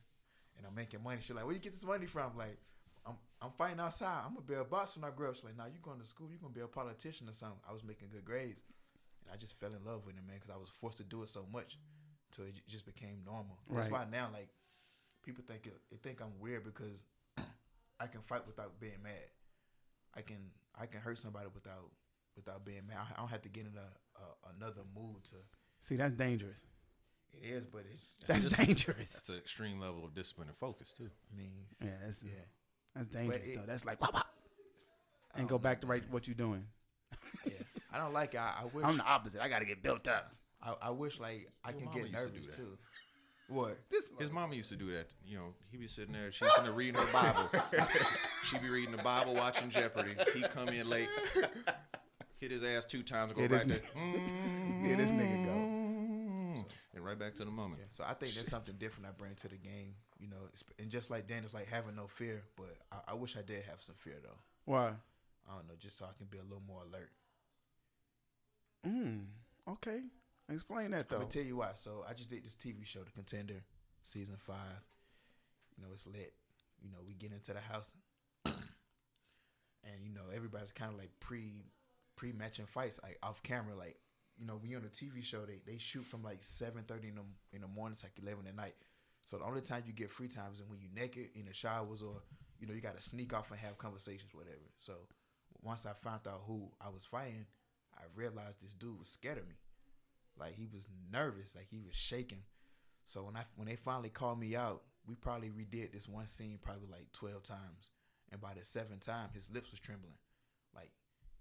[SPEAKER 2] And I'm making money. She's like, where you get this money from? Like, I'm I'm fighting outside. I'm gonna be a boss when I grow up. She's like, nah, you going to school, you're gonna be a politician or something. I was making good grades. I just fell in love with it, man, because I was forced to do it so much, till it j- just became normal. That's why
[SPEAKER 1] Right.
[SPEAKER 2] now, like, people think it, they think I'm weird because I can fight without being mad. I can I can hurt somebody without without being mad. I, I don't have to get in a, a another mood to.
[SPEAKER 1] See, that's dangerous.
[SPEAKER 2] It is, but it's.
[SPEAKER 1] That's
[SPEAKER 5] just-
[SPEAKER 1] dangerous.
[SPEAKER 5] That's an extreme level of discipline and focus too.
[SPEAKER 2] I mean, it's-
[SPEAKER 1] Yeah, that's
[SPEAKER 2] yeah.
[SPEAKER 1] that's dangerous
[SPEAKER 2] it-
[SPEAKER 1] though. That's like wop, wop,
[SPEAKER 2] I
[SPEAKER 1] and
[SPEAKER 2] don't
[SPEAKER 1] go
[SPEAKER 2] know,
[SPEAKER 1] back to
[SPEAKER 2] man.
[SPEAKER 1] right what you're doing.
[SPEAKER 2] Yeah. I don't like it. I, I wish.
[SPEAKER 1] I'm the opposite. I gotta get built up.
[SPEAKER 2] I, I wish like I
[SPEAKER 5] Your
[SPEAKER 2] can
[SPEAKER 5] mama
[SPEAKER 2] get
[SPEAKER 5] used to do
[SPEAKER 2] nervous
[SPEAKER 5] that.
[SPEAKER 2] too. What?
[SPEAKER 5] His mama used to do that. You know, he'd be sitting there, she's sitting there reading her Bible. She'd be reading the Bible, watching Jeopardy. He come in late, hit his ass two times, and go
[SPEAKER 1] Yeah, this
[SPEAKER 5] back there.
[SPEAKER 2] Yeah, this nigga go.
[SPEAKER 5] go. And right back to the moment.
[SPEAKER 2] So I think that's something different I bring to the game, you know. it's- And just like Daniel's, like having no fear, but I, I wish I did have some fear though.
[SPEAKER 1] Why?
[SPEAKER 2] I don't know, just so I can be a little more alert.
[SPEAKER 1] Mm. Okay. Explain that
[SPEAKER 2] I'm
[SPEAKER 1] though.
[SPEAKER 2] gonna tell you why. So I just did this TV show, The Contender, season five. You know, it's lit. You know, we get into the house, and you know everybody's kind of like pre pre matching fights, like off camera. Like you know, we on a TV show, they they shoot from like seven thirty in the in the morning to like eleven at night. So the only time you get free time is when you naked in the showers, or you know you got to sneak off and have conversations, whatever. So once I found out who I was fighting, I realized this dude was scared of me. Like he was nervous, like he was shaking. So when I when they finally called me out, we probably redid this one scene probably like twelve times, and by the seventh time, his lips was trembling. Like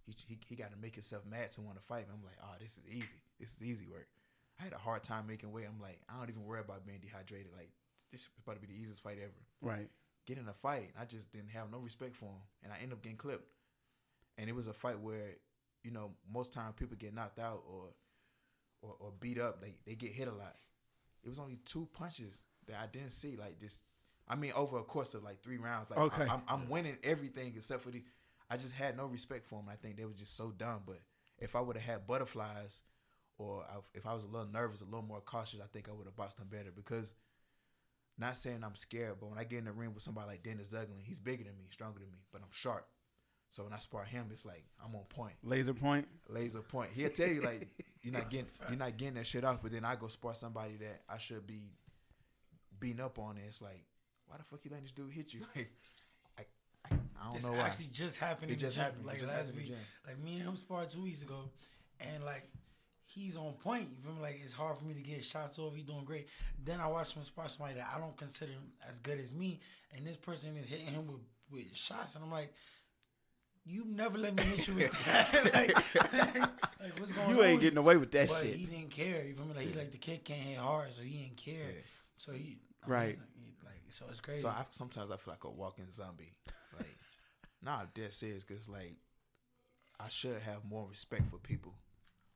[SPEAKER 2] he he, he got to make himself mad to want to fight me. I'm like, oh, this is easy. This is easy work. I had a hard time making weight. I'm like, I don't even worry about being dehydrated. Like this is about to be the easiest fight ever.
[SPEAKER 1] Right.
[SPEAKER 2] Get in a fight, I just didn't have no respect for him, and I end up getting clipped. And it was a fight where, you know, most time people get knocked out or or, or beat up, they they get hit a lot. It was only two punches that I didn't see. Like this, I mean, over a course of like three rounds, like
[SPEAKER 1] Okay.
[SPEAKER 2] I, am I'm winning everything except for the. I just had no respect for him. I think they were just so dumb. But if I would have had butterflies, or I, if I was a little nervous, a little more cautious, I think I would have boxed him better. Because not saying I'm scared, but when I get in the ring with somebody like Dennis Duggan, he's bigger than me, stronger than me, but I'm sharp. So when I spar him, it's like I'm on point
[SPEAKER 1] Laser point.
[SPEAKER 2] laser point. He'll tell you like you're not getting you're not getting that shit off, but then I go spar somebody that I should be beating up on. And it's like, why the fuck you letting this dude hit you? Like, I I, I don't
[SPEAKER 4] This
[SPEAKER 2] know why.
[SPEAKER 4] actually just happened.
[SPEAKER 2] It
[SPEAKER 4] in
[SPEAKER 2] just
[SPEAKER 4] the gym,
[SPEAKER 2] happened. It
[SPEAKER 4] Like
[SPEAKER 2] just
[SPEAKER 4] last
[SPEAKER 2] happened in
[SPEAKER 4] week.
[SPEAKER 2] the
[SPEAKER 4] Like me and him sparred two weeks ago, and like he's on point. You feel me? Like it's hard for me to get shots off. He's doing great. Then I watch him spar somebody that I don't consider as good as me, and this person is hitting him with, with shots, and I'm like. You never let me hit you with that. like, like, what's going
[SPEAKER 1] You ain't
[SPEAKER 4] on with you?
[SPEAKER 1] getting away with that
[SPEAKER 4] Oh, but
[SPEAKER 1] shit.
[SPEAKER 4] he didn't care. You feel me? Like he's like the kid can't hit hard, so he didn't care.
[SPEAKER 2] Yeah.
[SPEAKER 4] So he I
[SPEAKER 1] Right.
[SPEAKER 4] mean, like, like, so it's crazy.
[SPEAKER 2] So I, sometimes I feel like a walking zombie. Like, nah, I'm dead serious. Cause like, I should have more respect for people.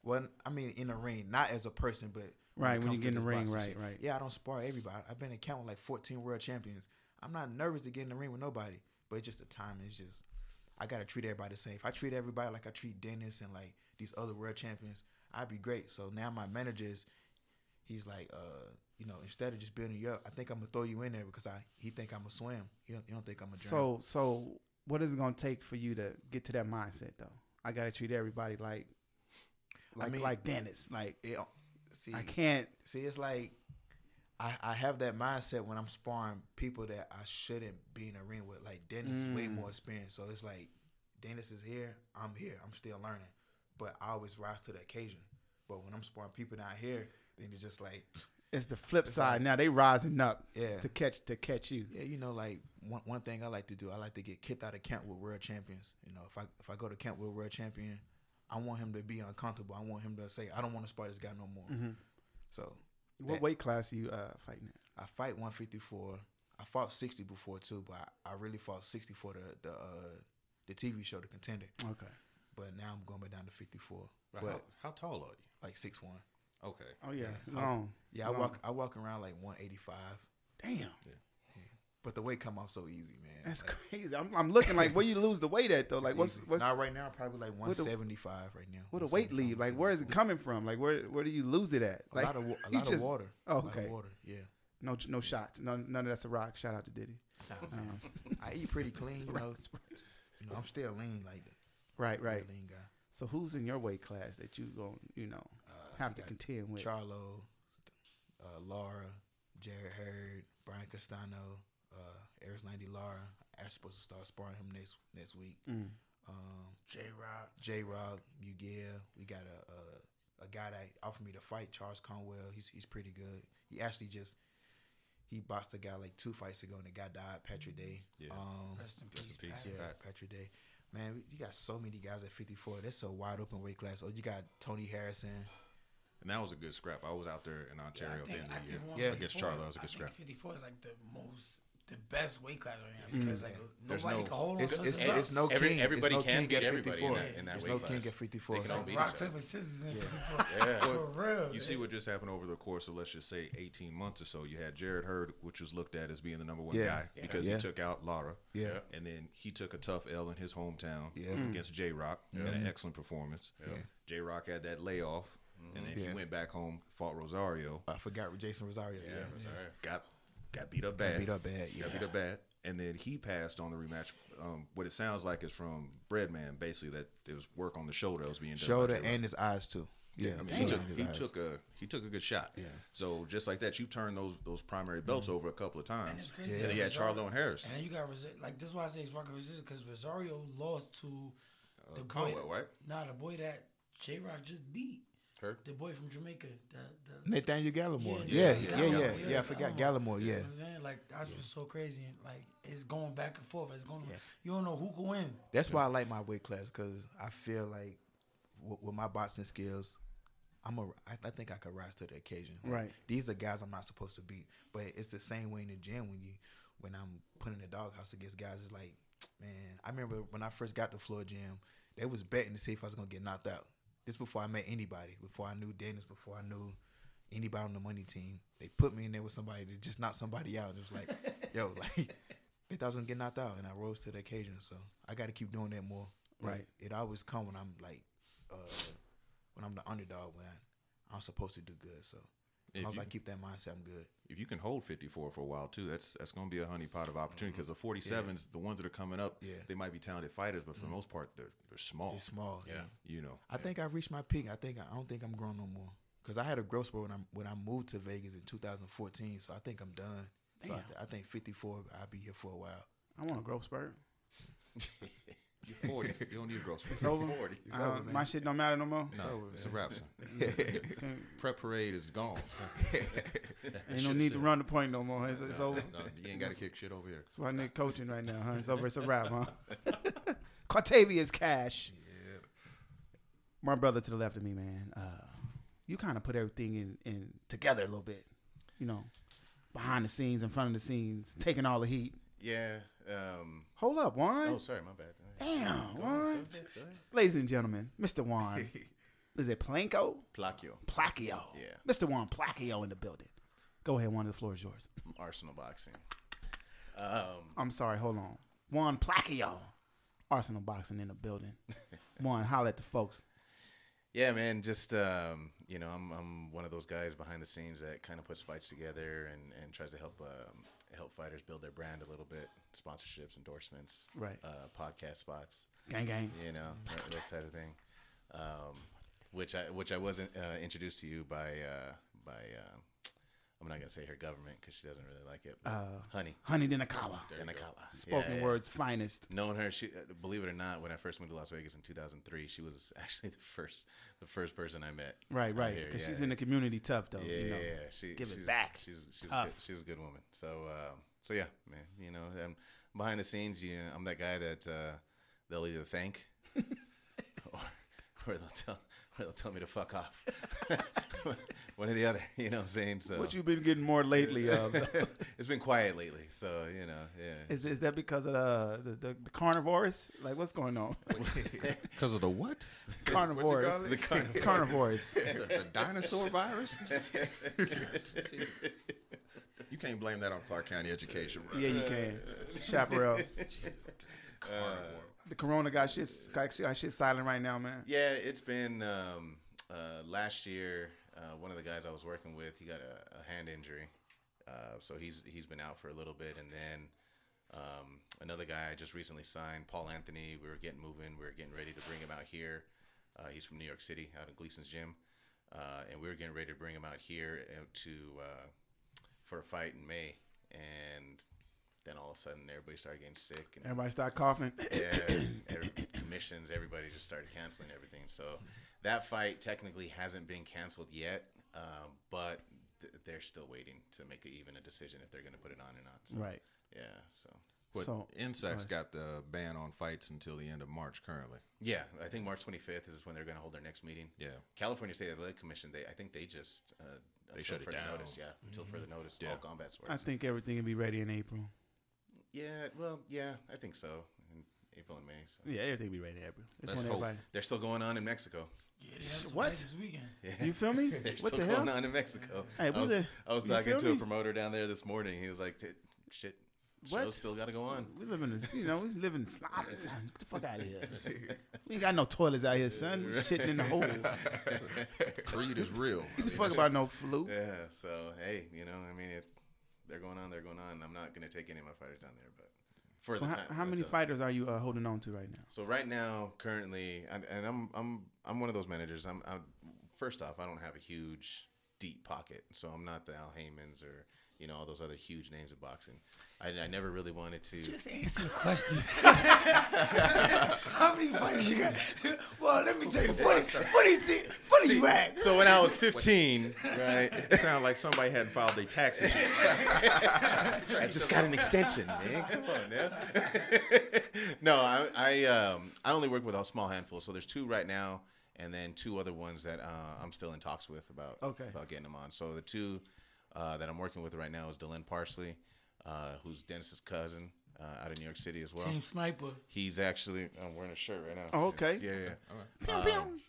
[SPEAKER 2] Well, I mean, in the ring, not as a person, but
[SPEAKER 1] Right,
[SPEAKER 2] it
[SPEAKER 1] when you
[SPEAKER 2] comes
[SPEAKER 1] get in
[SPEAKER 2] to
[SPEAKER 1] the
[SPEAKER 2] this
[SPEAKER 1] ring,
[SPEAKER 2] boxing
[SPEAKER 1] right,
[SPEAKER 2] shit.
[SPEAKER 1] right.
[SPEAKER 2] Yeah, I don't spar everybody. I've been in count with like 14 world champions. I'm not nervous to get in the ring with nobody, but it's just the time. It's just I gotta treat everybody the same. If I treat everybody like I treat Dennis and like these other world champions, I'd be great. So now my manager is he's like, uh, you know, instead of just building you up, I think I'm gonna throw you in there because I he think I'm a swim. He don't, he don't think I'm a drown.
[SPEAKER 1] So so what is it gonna take for you to get to that mindset though? I gotta treat everybody like like
[SPEAKER 2] mean-
[SPEAKER 1] like Dennis. Like
[SPEAKER 2] it, see,
[SPEAKER 1] I can't
[SPEAKER 2] see, it's like I, I have that mindset when I'm sparring people that I shouldn't be in a ring with. Like Dennis is way more experienced, so it's like Dennis is here, I'm here, I'm still learning, but I always rise to the occasion. But when I'm sparring people down here, then it's just like,
[SPEAKER 1] it's the flip side. now they rising up
[SPEAKER 2] Yeah.
[SPEAKER 1] to catch to catch you.
[SPEAKER 2] yeah, you know, like one one thing I like to do, I like to get kicked out of camp with world champions. You know, if I if I go to camp with a world champion, I want him to be uncomfortable. I want him to say, I don't want to spar this guy no more. So
[SPEAKER 1] What
[SPEAKER 2] That-
[SPEAKER 1] weight class you uh fighting at?
[SPEAKER 2] I fight 154. I fought 60 before too, but I, I really fought 60 for the the uh, the TV show, The Contender.
[SPEAKER 1] Okay.
[SPEAKER 2] But now I'm going back down to 54,
[SPEAKER 5] Right,
[SPEAKER 2] but
[SPEAKER 5] how, how tall are you?
[SPEAKER 2] like six one.
[SPEAKER 5] Okay.
[SPEAKER 1] Oh yeah.
[SPEAKER 2] Yeah.
[SPEAKER 1] Long.
[SPEAKER 2] Yeah, I
[SPEAKER 1] Long.
[SPEAKER 2] walk I walk around like 185,
[SPEAKER 1] Damn.
[SPEAKER 2] but the weight come off so easy, man.
[SPEAKER 1] That's
[SPEAKER 2] Like,
[SPEAKER 1] crazy. I'm, I'm looking like where you lose the weight at though. Like
[SPEAKER 2] it's
[SPEAKER 1] what's
[SPEAKER 2] easy.
[SPEAKER 1] what's
[SPEAKER 2] now right now probably like
[SPEAKER 1] the-
[SPEAKER 2] 175 right now.
[SPEAKER 1] what a weight
[SPEAKER 2] 175,
[SPEAKER 1] leave? Like where is it coming from? Like where where do you lose it at?
[SPEAKER 2] A
[SPEAKER 1] Like
[SPEAKER 2] lot of wa- a
[SPEAKER 1] you
[SPEAKER 2] lot of
[SPEAKER 1] just-
[SPEAKER 2] water.
[SPEAKER 1] Oh,
[SPEAKER 2] A lot
[SPEAKER 1] okay.
[SPEAKER 2] of water. Yeah.
[SPEAKER 1] No no shots. None none of that's a rock. Shout out to Diddy.
[SPEAKER 2] Nah,
[SPEAKER 1] Um,
[SPEAKER 2] I eat pretty clean, you know. You know, I'm still lean like
[SPEAKER 1] right
[SPEAKER 2] a
[SPEAKER 1] right.
[SPEAKER 2] lean guy.
[SPEAKER 1] So who's in your weight class that you going you know
[SPEAKER 5] Uh,
[SPEAKER 1] have to contend with?
[SPEAKER 2] Charlo, uh, Laura, Jared Hurd, Brian Castano, uh, Aries 90 Laura. I'm supposed to start sparring him next next week.
[SPEAKER 1] Mm.
[SPEAKER 2] Um,
[SPEAKER 4] J Rock.
[SPEAKER 2] J Rock, Miguel. We got a, a a guy that offered me to fight Charles Conwell. He's he's pretty good. He actually just he boxed a guy like two fights ago and the guy died. Patrick Day.
[SPEAKER 5] Yeah.
[SPEAKER 2] Um,
[SPEAKER 4] Rest in peace.
[SPEAKER 5] Rest in peace.
[SPEAKER 4] Pat.
[SPEAKER 2] yeah, Patrick Day. Man, we- you got so many guys at 54. That's a wide open weight class. Oh, you got Tony Harrison.
[SPEAKER 5] And that was a good scrap. I was out there in
[SPEAKER 4] Yeah, I think-
[SPEAKER 5] Ontario at the
[SPEAKER 4] I
[SPEAKER 5] end of the year.
[SPEAKER 4] think one
[SPEAKER 2] Yeah.
[SPEAKER 5] Against
[SPEAKER 4] 54,
[SPEAKER 5] Charlo, that was a
[SPEAKER 4] I
[SPEAKER 5] good
[SPEAKER 4] think
[SPEAKER 5] scrap.
[SPEAKER 4] 54 is like the most, the best weight class right now because like
[SPEAKER 5] There's
[SPEAKER 4] nobody
[SPEAKER 5] no-
[SPEAKER 4] can hold on
[SPEAKER 2] It's,
[SPEAKER 4] to
[SPEAKER 2] it's,
[SPEAKER 4] this
[SPEAKER 2] no-
[SPEAKER 4] stuff.
[SPEAKER 2] it's no king.
[SPEAKER 3] Every-
[SPEAKER 2] It's
[SPEAKER 3] everybody
[SPEAKER 2] no
[SPEAKER 3] can
[SPEAKER 2] king
[SPEAKER 3] beat
[SPEAKER 2] at
[SPEAKER 3] everybody in
[SPEAKER 2] 54.
[SPEAKER 3] that- in that
[SPEAKER 2] There's
[SPEAKER 3] weight
[SPEAKER 2] no
[SPEAKER 3] class.
[SPEAKER 2] king at 54.
[SPEAKER 3] They can all
[SPEAKER 2] So-
[SPEAKER 3] beat
[SPEAKER 4] rock
[SPEAKER 3] each
[SPEAKER 4] paper
[SPEAKER 3] other.
[SPEAKER 4] scissors in
[SPEAKER 2] Yeah.
[SPEAKER 4] 54.
[SPEAKER 3] Yeah.
[SPEAKER 4] For real.
[SPEAKER 5] You see what just happened over the course of let's just say 18 months or so. You had Jared Hurd, which was looked at as being the number one
[SPEAKER 2] Yeah.
[SPEAKER 5] guy
[SPEAKER 3] Yeah.
[SPEAKER 5] because
[SPEAKER 2] Yeah.
[SPEAKER 5] he took out Lara,
[SPEAKER 2] yeah.
[SPEAKER 3] Yeah.
[SPEAKER 5] and then he took a tough L in his hometown
[SPEAKER 2] Yeah.
[SPEAKER 5] against J Rock and an excellent performance.
[SPEAKER 2] Yeah.
[SPEAKER 5] J Rock had that layoff, and then
[SPEAKER 2] Yeah.
[SPEAKER 5] he went back home, fought Rosario,
[SPEAKER 2] I forgot Jason Rosario.
[SPEAKER 3] Yeah, I'm sorry.
[SPEAKER 5] got got beat up bad,
[SPEAKER 2] Beat up bad. Yeah.
[SPEAKER 5] got beat up bad, and then he passed on the rematch. Um, what it sounds like is from Breadman, basically that there was work on the shoulder that was being done. by
[SPEAKER 2] Shoulder
[SPEAKER 5] J-Rock.
[SPEAKER 2] and his eyes too. Yeah.
[SPEAKER 5] I mean, he took he took a he took a good shot. Yeah. So just like that, you turned those those primary belts
[SPEAKER 2] Mm-hmm.
[SPEAKER 5] over a couple of times.
[SPEAKER 4] it's crazy
[SPEAKER 5] And
[SPEAKER 4] that
[SPEAKER 5] then you had
[SPEAKER 4] Rosario-
[SPEAKER 5] Charlo and Harris.
[SPEAKER 4] And then you got Rosario. Like, this is why I say it's fucking resist because Rosario lost to
[SPEAKER 5] Uh,
[SPEAKER 4] the boy.
[SPEAKER 5] Conwell, right?
[SPEAKER 4] Nah, the boy that J Rock just beat.
[SPEAKER 3] Her?
[SPEAKER 4] The boy from Jamaica. The, the,
[SPEAKER 2] Nathaniel Gallimore. Yeah, yeah,
[SPEAKER 4] Yeah, yeah,
[SPEAKER 2] yeah, yeah.
[SPEAKER 5] Gallimore.
[SPEAKER 2] yeah, I forgot Gallimore. Yeah.
[SPEAKER 4] You know what I'm saying? Like, that's what's so crazy. And, like, it's going back and forth. It's going, you don't know who can win.
[SPEAKER 2] That's why I like my weight class because I feel like with, with my boxing skills, I'm a. I, I think I could rise to the occasion. Like,
[SPEAKER 1] Right.
[SPEAKER 2] These are guys I'm not supposed to beat, but it's the same way in the gym when you when I'm putting the doghouse against guys. It's like, man, I remember when I first got to floor gym, they was betting to see if I was gonna get knocked out. This before I met anybody, before I knew Dennis, before I knew anybody on the money team. They put me in there with somebody to just knock somebody out. It was like, yo, like they thought I was gonna get knocked out, and I rose to the occasion. So I got to keep doing that more. But
[SPEAKER 1] Right.
[SPEAKER 2] It always come when I'm like, uh, when I'm the underdog, when I, I'm supposed to do good. So
[SPEAKER 5] If
[SPEAKER 2] I was
[SPEAKER 5] you-
[SPEAKER 2] like, keep that mindset. I'm good.
[SPEAKER 5] If you can hold 54 for a while too, that's that's going to be a honeypot of opportunity because the 47s, the ones that are coming up,
[SPEAKER 2] Yeah.
[SPEAKER 5] they might be talented fighters, but for the most part, they're they're small.
[SPEAKER 2] It's small.
[SPEAKER 5] Yeah. You know.
[SPEAKER 2] I think I reached my peak. I think I don't think I'm growing no more. Cause I had a growth spurt when I when I moved to Vegas in 2014. So I think I'm done. So I,
[SPEAKER 1] Damn.
[SPEAKER 2] th- I think 54. I'll be here for a while.
[SPEAKER 1] I want a growth spurt.
[SPEAKER 5] You're 40. you don't need a growth
[SPEAKER 1] It's over.
[SPEAKER 5] It's
[SPEAKER 1] Uh,
[SPEAKER 5] over, man.
[SPEAKER 1] my shit don't matter no more.
[SPEAKER 5] No,
[SPEAKER 2] over,
[SPEAKER 5] it's a wrap. son.
[SPEAKER 1] Can't-
[SPEAKER 5] Prep parade is gone. son. That
[SPEAKER 1] Ain't no
[SPEAKER 5] shit
[SPEAKER 1] need to
[SPEAKER 5] said.
[SPEAKER 1] run the point no more. It's, it's
[SPEAKER 5] No,
[SPEAKER 1] over.
[SPEAKER 5] no, you ain't got to kick shit over here.
[SPEAKER 1] That's why I need coaching right now, huh? It's over. It's a wrap, huh? Cartavious Cash. My brother to the left of me, man. Uh, you kind of put everything in, in together a little bit. You know, behind the scenes, in front of the scenes, taking all the heat.
[SPEAKER 3] Yeah. Um,
[SPEAKER 1] Hold up, Juan.
[SPEAKER 3] oh, sorry, my bad. Go ahead.
[SPEAKER 1] Damn,
[SPEAKER 3] Go ahead,
[SPEAKER 1] Juan.
[SPEAKER 3] go ahead, go ahead.
[SPEAKER 1] Ladies and gentlemen, Mr. Juan. Is it Planko?
[SPEAKER 3] Placchio,
[SPEAKER 1] Placchio.
[SPEAKER 3] Yeah.
[SPEAKER 1] Mr. Juan Placchio in the building. Go ahead, Juan. The floor is yours.
[SPEAKER 3] from Arsenal Boxing. Um,
[SPEAKER 1] I'm sorry, hold on. Juan Placchio. Arsenal boxing in the building. Juan, holla at the folks.
[SPEAKER 3] yeah, man, just um, you know, I'm I'm one of those guys behind the scenes that kind of puts fights together and, and tries to help um, help fighters build their brand a little bit, sponsorships, endorsements,
[SPEAKER 1] Right.
[SPEAKER 3] uh, podcast spots.
[SPEAKER 1] Gang gang.
[SPEAKER 3] you know, that, that type of thing. Um, which I which I wasn't uh, introduced to you by uh, by uh, I'm not gonna say her government because she doesn't really like it. But honey,
[SPEAKER 1] Honey Denakawa.
[SPEAKER 3] Denakawa. Yeah,
[SPEAKER 1] Oh. Spoken
[SPEAKER 3] yeah.
[SPEAKER 1] words finest.
[SPEAKER 3] Knowing her, she uh, believe it or not, when I first moved to Las Vegas in 2003, she was actually the first the first person I met.
[SPEAKER 1] Right,
[SPEAKER 3] out
[SPEAKER 1] right.
[SPEAKER 3] here,
[SPEAKER 1] Because
[SPEAKER 3] yeah,
[SPEAKER 1] she's in the community tough though.
[SPEAKER 3] yeah,
[SPEAKER 1] you know.
[SPEAKER 3] yeah, yeah. She,
[SPEAKER 1] give it
[SPEAKER 3] she's,
[SPEAKER 1] back.
[SPEAKER 3] She's she's a
[SPEAKER 1] Tough.
[SPEAKER 3] good, she's a good woman. So um, so yeah, man. You know, I'm behind the scenes. You, I'm that guy that uh, they'll either thank or or they'll tell or they'll tell me to fuck off. One or the other. You know what I'm saying? So
[SPEAKER 1] What you um, been getting more lately of?
[SPEAKER 3] it's been quiet lately. So you know, yeah.
[SPEAKER 1] is, is that because of uh, the, the, the, the carnivores? Like what's going on?
[SPEAKER 5] Because of the what?
[SPEAKER 1] carnivores.
[SPEAKER 3] The carnival.
[SPEAKER 1] carnivores.
[SPEAKER 5] the, the dinosaur virus? you can't blame that on Clark County education, bro.
[SPEAKER 1] yeah, you can. Chaparral.
[SPEAKER 5] Carnivore.
[SPEAKER 1] The corona got shit got shit- got shit silent right now, man.
[SPEAKER 3] Yeah, it's been um, uh, last year. Uh, one of the guys I was working with, he got a, a hand injury, uh, so he's he's been out for a little bit. And then um, another guy I just recently signed, Paul Anthony. We were getting moving. We were getting ready to bring him out here. Uh, he's from New York City, out in Gleason's gym, uh, and we were getting ready to bring him out here out to uh, for a fight in May, and then all of a sudden everybody started getting sick. And
[SPEAKER 1] Everybody start coughing.
[SPEAKER 3] yeah, every, commissions, everybody just started canceling everything. So that fight technically hasn't been canceled yet, um, but th- they're still waiting to make a, even a decision if they're going to put it on or not. So,
[SPEAKER 1] right.
[SPEAKER 3] Yeah. So
[SPEAKER 5] But
[SPEAKER 1] So-
[SPEAKER 5] insects got the ban on fights until the end of March currently.
[SPEAKER 3] yeah, I think March 25th is when they're going to hold their next meeting.
[SPEAKER 5] Yeah.
[SPEAKER 3] California State Athletic Commission. They I think they just uh, until
[SPEAKER 5] shut it
[SPEAKER 3] further
[SPEAKER 5] down.
[SPEAKER 3] Notice, yeah, until further notice.
[SPEAKER 5] Yeah.
[SPEAKER 3] All combat sports.
[SPEAKER 1] I think everything will be ready in April.
[SPEAKER 3] yeah. Well, yeah, I think so. In April and May. So.
[SPEAKER 1] Yeah, everything will be ready in April. It's
[SPEAKER 5] Let's
[SPEAKER 1] when
[SPEAKER 5] hope.
[SPEAKER 1] everybody.
[SPEAKER 3] They're still going on in Mexico.
[SPEAKER 4] Yeah, they had some
[SPEAKER 1] What?
[SPEAKER 4] fights This weekend.
[SPEAKER 1] You feel me?
[SPEAKER 3] They're
[SPEAKER 1] what
[SPEAKER 3] still
[SPEAKER 1] the
[SPEAKER 3] going
[SPEAKER 1] hell?
[SPEAKER 3] on in Mexico.
[SPEAKER 1] Hey,
[SPEAKER 3] I
[SPEAKER 1] what
[SPEAKER 3] was,
[SPEAKER 1] the-
[SPEAKER 3] I was
[SPEAKER 1] you
[SPEAKER 3] talking
[SPEAKER 1] feel
[SPEAKER 3] to a
[SPEAKER 1] me?
[SPEAKER 3] promoter down there this morning. He was like, "T- "Shit,
[SPEAKER 1] What?
[SPEAKER 3] show's still got to go on."
[SPEAKER 1] We live in, this, you know, we live in slums. Get the fuck out of here. We ain't got no toilets out here, son. We shitting in the hole. Get
[SPEAKER 5] Creed is real.
[SPEAKER 1] the fuck about no flu.
[SPEAKER 3] Yeah. So hey, you know, I mean, if they're going on, they're going on. I'm not gonna take any of my fighters down there, but for
[SPEAKER 1] So
[SPEAKER 3] the
[SPEAKER 1] how,
[SPEAKER 3] time.
[SPEAKER 1] how many
[SPEAKER 3] until-
[SPEAKER 1] fighters are you uh, holding on to right now?
[SPEAKER 3] So right now, currently, and, and I'm I'm I'm one of those managers. I'm, I'm first off, I don't have a huge deep pocket, so I'm not the Al Haymans or you know all those other huge names of boxing. I, I never really wanted to.
[SPEAKER 4] Just answer the question. How many fighters you got? Well, let me tell you, what is what is the what are you at?
[SPEAKER 3] so when I was 15, right,
[SPEAKER 5] Sound like somebody hadn't filed their taxes. yet.
[SPEAKER 3] I just got an extension, man. Come on now. no, I I, um, I only work with a small handful. So there's two right now, and then two other ones that uh, I'm still in talks with about
[SPEAKER 1] Okay.
[SPEAKER 3] about getting them on. So the two uh, that I'm working with right now is Dylan Parsley, uh, who's Dennis's cousin uh, out of New York City as well.
[SPEAKER 4] Team Sniper.
[SPEAKER 3] He's actually I'm wearing a shirt right now.
[SPEAKER 1] Oh, okay.
[SPEAKER 3] Yeah, yeah. Um,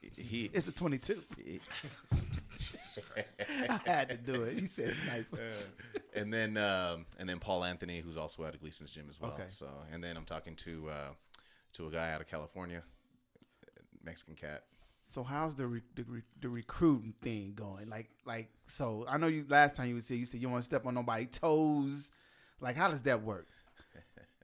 [SPEAKER 3] he
[SPEAKER 1] It's a 22. I had to do it. He said sniper.
[SPEAKER 3] and then um, and then Paul Anthony, who's also out of Gleason's gym as well.
[SPEAKER 1] Okay.
[SPEAKER 3] So and then I'm talking to uh, to a guy out of California, Mexican cat.
[SPEAKER 1] So how's the re- the, re- the recruiting thing going? Like like so I know you last time you said you said you want to step on nobody's toes. Like how does that work?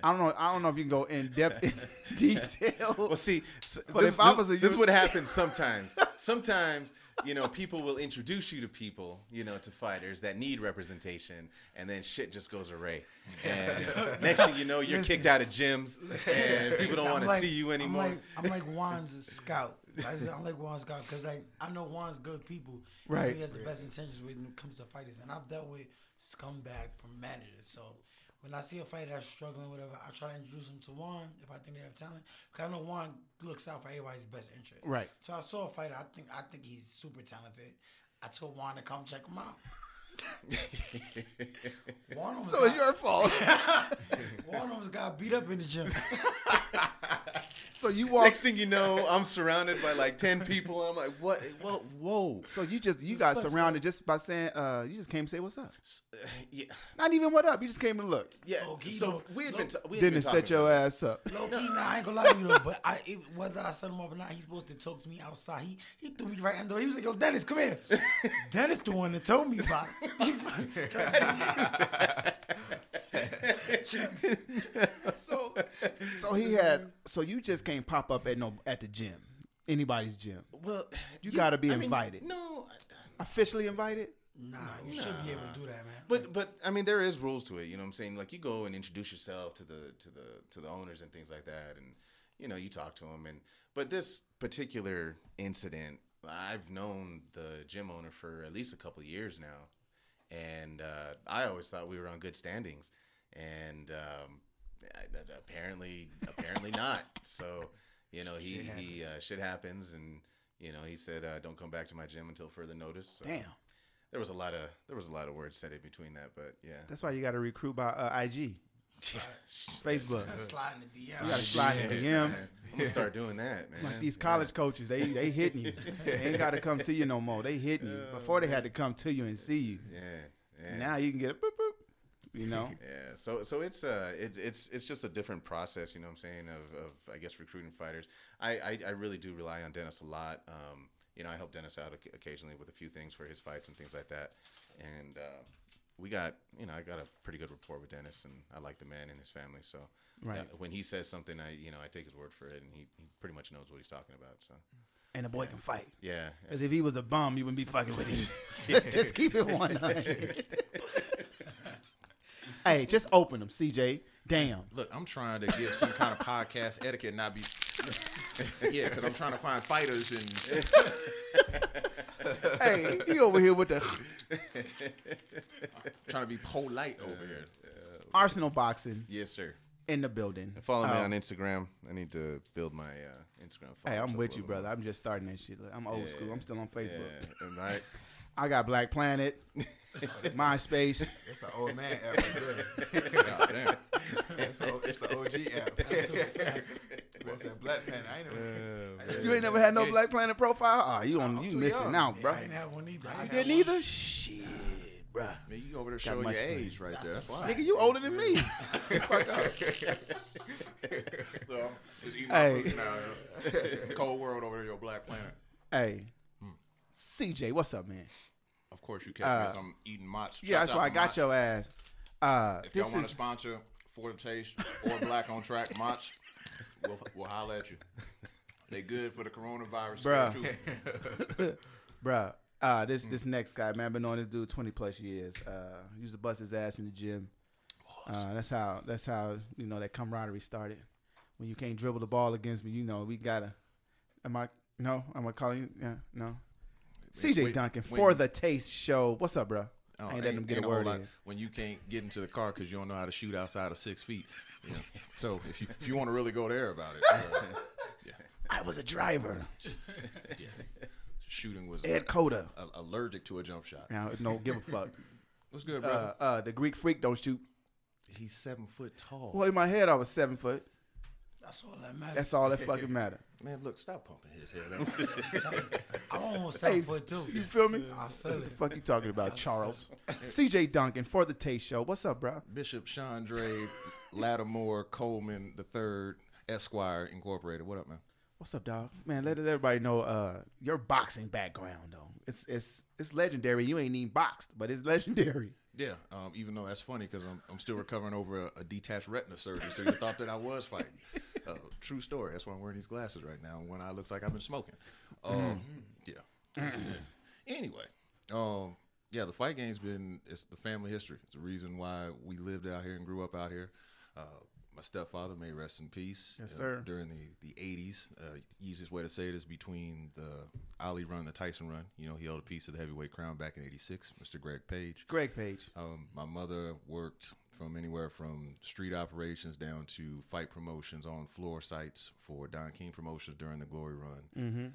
[SPEAKER 1] I don't know. I don't know if you can go in depth in detail.
[SPEAKER 3] Well, see, s-
[SPEAKER 1] But
[SPEAKER 3] this,
[SPEAKER 1] if I
[SPEAKER 3] this-
[SPEAKER 1] was a
[SPEAKER 3] this
[SPEAKER 1] youth-
[SPEAKER 3] would happen sometimes. sometimes, you know, people will introduce you to people, you know, to fighters that need representation, and then shit just goes array. And next thing you know, you're kicked out of gyms, and people don't
[SPEAKER 4] I'm
[SPEAKER 3] want to
[SPEAKER 4] like-
[SPEAKER 3] see you anymore.
[SPEAKER 4] I'm like, I'm like Juan's a scout. I said, I'm like Juan's scout because like I know Juan's good people. I know
[SPEAKER 1] Right.
[SPEAKER 4] He has the best intentions when it comes to fighters, and I've dealt with scumbag from managers. So when I see a fighter that's struggling, whatever, I try to introduce them to Juan if I think they have talent. Because I know Juan looks out for everybody's best interest.
[SPEAKER 1] Right.
[SPEAKER 4] So I saw a fighter. I think I think he's super talented. I told Juan to come check him out. Juan almost
[SPEAKER 1] so it's
[SPEAKER 4] got-
[SPEAKER 1] your fault.
[SPEAKER 4] Juan almost got beat up in the gym.
[SPEAKER 1] so you walk.
[SPEAKER 3] Next thing you know, I'm surrounded by like ten people. I'm like, what? Whoa, whoa.
[SPEAKER 1] so you just you got surrounded just by saying uh you just came to say what's up.
[SPEAKER 3] Yeah,
[SPEAKER 1] Not even what up. You just came to look.
[SPEAKER 3] yeah.
[SPEAKER 4] Okay,
[SPEAKER 3] so
[SPEAKER 4] no,
[SPEAKER 3] we had
[SPEAKER 4] no.
[SPEAKER 3] been. T- we had been
[SPEAKER 1] Didn't
[SPEAKER 3] talking
[SPEAKER 1] set your
[SPEAKER 3] about
[SPEAKER 1] ass up.
[SPEAKER 4] Low key, nah, I ain't gonna lie to you though, but I, it, whether I set him up or not, he's supposed to talk to me outside. He he threw me right in the door. He was like, "Yo, Dennis, come here." Dennis, the one that told me about it.
[SPEAKER 1] So so he had so you just can't pop up at no at the gym. Anybody's gym.
[SPEAKER 3] it. Well,
[SPEAKER 1] You gotta be
[SPEAKER 3] mean,
[SPEAKER 1] invited.
[SPEAKER 3] no, I-
[SPEAKER 1] Officially invited?
[SPEAKER 4] nah, you should be able to do that, man.
[SPEAKER 3] but but I mean, there is rules to it. You know what I'm saying? Like you go and introduce yourself to the to the to the owners and things like that, and you know you talk to them. And but this particular incident, I've known the gym owner for at least a couple of years now, and uh, I always thought we were on good standings, and um, I- I- apparently apparently not. So you know he he uh, shit happens, and you know he said uh, don't come back to my gym until further notice. So
[SPEAKER 1] Damn.
[SPEAKER 3] there was a lot of there was a lot of words said in between that, but yeah.
[SPEAKER 1] That's why you got to recruit by uh, IG, Facebook.
[SPEAKER 4] That's sliding the DM.
[SPEAKER 1] You got to slide in DM.
[SPEAKER 3] I'm gonna start doing that, man.
[SPEAKER 1] Like these college coaches, they they hitting you. They ain't got to come to you no more. They hitting you. Before they had to come to you and see you.
[SPEAKER 3] yeah, yeah.
[SPEAKER 1] Now you can get a boop boop. You know,
[SPEAKER 3] Yeah, so so it's uh it's it's it's just a different process, you know what I'm saying? Of, of I guess recruiting fighters. I, I I really do rely on Dennis a lot. Um, you know, I help Dennis out oc- occasionally with a few things for his fights and things like that. And uh, we got you know I got a pretty good rapport with Dennis, and I like the man and his family. So
[SPEAKER 1] Right.
[SPEAKER 3] uh, when he says something, I you know I take his word for it, and he, he pretty much knows what he's talking about. So
[SPEAKER 1] and the boy can fight.
[SPEAKER 3] Yeah.
[SPEAKER 1] Because if he was a bum, you wouldn't be fucking with him. just, just keep it one. hundred. hey, just open them, CJ. Damn.
[SPEAKER 5] Look, I'm trying to give some kind of podcast etiquette, and not be. yeah, because I'm trying to find fighters and
[SPEAKER 2] hey, he over here with the
[SPEAKER 5] trying to be polite over here.
[SPEAKER 1] Arsenal boxing
[SPEAKER 3] Yes, sir.
[SPEAKER 1] in the building.
[SPEAKER 3] Follow me
[SPEAKER 1] Um,
[SPEAKER 3] on Instagram. I need to build my uh, Instagram.
[SPEAKER 1] Hey,
[SPEAKER 3] followers
[SPEAKER 1] I'm
[SPEAKER 3] up
[SPEAKER 1] with
[SPEAKER 3] a
[SPEAKER 1] you,
[SPEAKER 3] little
[SPEAKER 1] brother. I'm just starting that shit. Look, I'm old
[SPEAKER 3] Yeah.
[SPEAKER 1] school. I'm still on
[SPEAKER 3] more.
[SPEAKER 1] Facebook.
[SPEAKER 3] Yeah, am I-
[SPEAKER 1] I got Black Planet, MySpace.
[SPEAKER 2] That's an old man app. right there.
[SPEAKER 5] God damn.
[SPEAKER 2] That's the, it's the OG app.
[SPEAKER 4] That's a fact.
[SPEAKER 2] What's that Black Panther? I ain't never. I
[SPEAKER 1] You ain't never had no Black Planet profile? Ah, you on
[SPEAKER 2] I'm
[SPEAKER 1] you
[SPEAKER 2] too
[SPEAKER 1] missing
[SPEAKER 2] young.
[SPEAKER 1] out, bro.
[SPEAKER 4] I didn't have one either.
[SPEAKER 1] I didn't either. Shit, bro.
[SPEAKER 5] Man, you over there showing
[SPEAKER 1] much
[SPEAKER 5] your
[SPEAKER 1] for you.
[SPEAKER 5] age right there. That's why.
[SPEAKER 1] Nigga, you older than me.
[SPEAKER 5] So, just eat
[SPEAKER 1] Hey.
[SPEAKER 5] food now. Cold world over there, your black planet.
[SPEAKER 1] hey, CJ, what's up, man?
[SPEAKER 5] Of course, you catch me as I'm eating Mott's.
[SPEAKER 1] Uh, Yeah,
[SPEAKER 5] Shouts
[SPEAKER 1] that's
[SPEAKER 5] out
[SPEAKER 1] why I
[SPEAKER 5] to
[SPEAKER 1] got
[SPEAKER 5] Mott's.
[SPEAKER 1] your ass. Uh,
[SPEAKER 5] If
[SPEAKER 1] this
[SPEAKER 5] y'all want to
[SPEAKER 1] is
[SPEAKER 5] sponsor For the Taste or Black on Track Mott's, we'll, we'll holler at you. They good for the coronavirus.
[SPEAKER 1] Bruh.
[SPEAKER 5] stuff, too.
[SPEAKER 1] Bruh, uh,
[SPEAKER 5] Mm.
[SPEAKER 1] this this next guy, man, I've been knowing this dude twenty plus years. Uh, used to bust his ass in the gym. Uh, that's how that's how you know that camaraderie started. When you can't dribble the ball against me, you know we gotta. Am I no? Am I calling you? Yeah, no. CJ
[SPEAKER 5] wait,
[SPEAKER 1] Duncan
[SPEAKER 5] wait.
[SPEAKER 1] for the Taste Show. What's up, bro?
[SPEAKER 5] Oh,
[SPEAKER 1] I ain't letting him get a
[SPEAKER 5] whole
[SPEAKER 1] word
[SPEAKER 5] lot
[SPEAKER 1] in.
[SPEAKER 5] When you can't get into the car because you don't know how to shoot outside of six feet. you know. So if you if you want to really go there about it, uh,
[SPEAKER 1] I was a
[SPEAKER 5] Oh,
[SPEAKER 1] driver.
[SPEAKER 5] shooting was
[SPEAKER 1] Ed Coda.
[SPEAKER 5] a- allergic to a jump shot.
[SPEAKER 1] Now, no, give a fuck.
[SPEAKER 5] What's good,
[SPEAKER 1] Uh,
[SPEAKER 5] brother?
[SPEAKER 1] uh, the Greek freak don't shoot.
[SPEAKER 5] He's seven foot tall.
[SPEAKER 1] Well, in my head, I was seven foot.
[SPEAKER 4] That's all that matters.
[SPEAKER 1] That's all that fucking matter.
[SPEAKER 5] Man, look, stop pumping his head up.
[SPEAKER 4] I'm almost seven foot two.
[SPEAKER 1] You feel me?
[SPEAKER 4] I feel
[SPEAKER 1] What
[SPEAKER 4] it.
[SPEAKER 1] the fuck you talking about, Charles? CJ Duncan for the Taste Show. What's up, bro?
[SPEAKER 5] Bishop Chandre Lattimore Coleman the Third Esquire Incorporated. What up, man?
[SPEAKER 1] What's up, dog? Man, let everybody know uh, your boxing background though. It's it's it's legendary. You ain't even boxed, but it's legendary.
[SPEAKER 5] Yeah, um, even though that's funny because I'm, I'm still recovering over a, a detached retina surgery, so you thought that I was fighting. Uh, true story. That's why I'm wearing these glasses right now. When I looks like I've been smoking.
[SPEAKER 1] Mm-hmm.
[SPEAKER 5] Um, yeah. anyway, um, yeah, the fight game's been it's the family history. It's the reason why we lived out here and grew up out here. Uh, my stepfather may rest in peace.
[SPEAKER 1] Yes,
[SPEAKER 5] uh,
[SPEAKER 1] sir.
[SPEAKER 5] During the the '80s, uh, easiest way to say it is between the Ali run, and the Tyson run. You know, he held a piece of the heavyweight crown back in '86. Mr. Greg Page.
[SPEAKER 1] Greg Page.
[SPEAKER 5] Um, my mother worked from anywhere from street operations down to fight promotions on floor sites for Don King Promotions during the Glory Run. Um,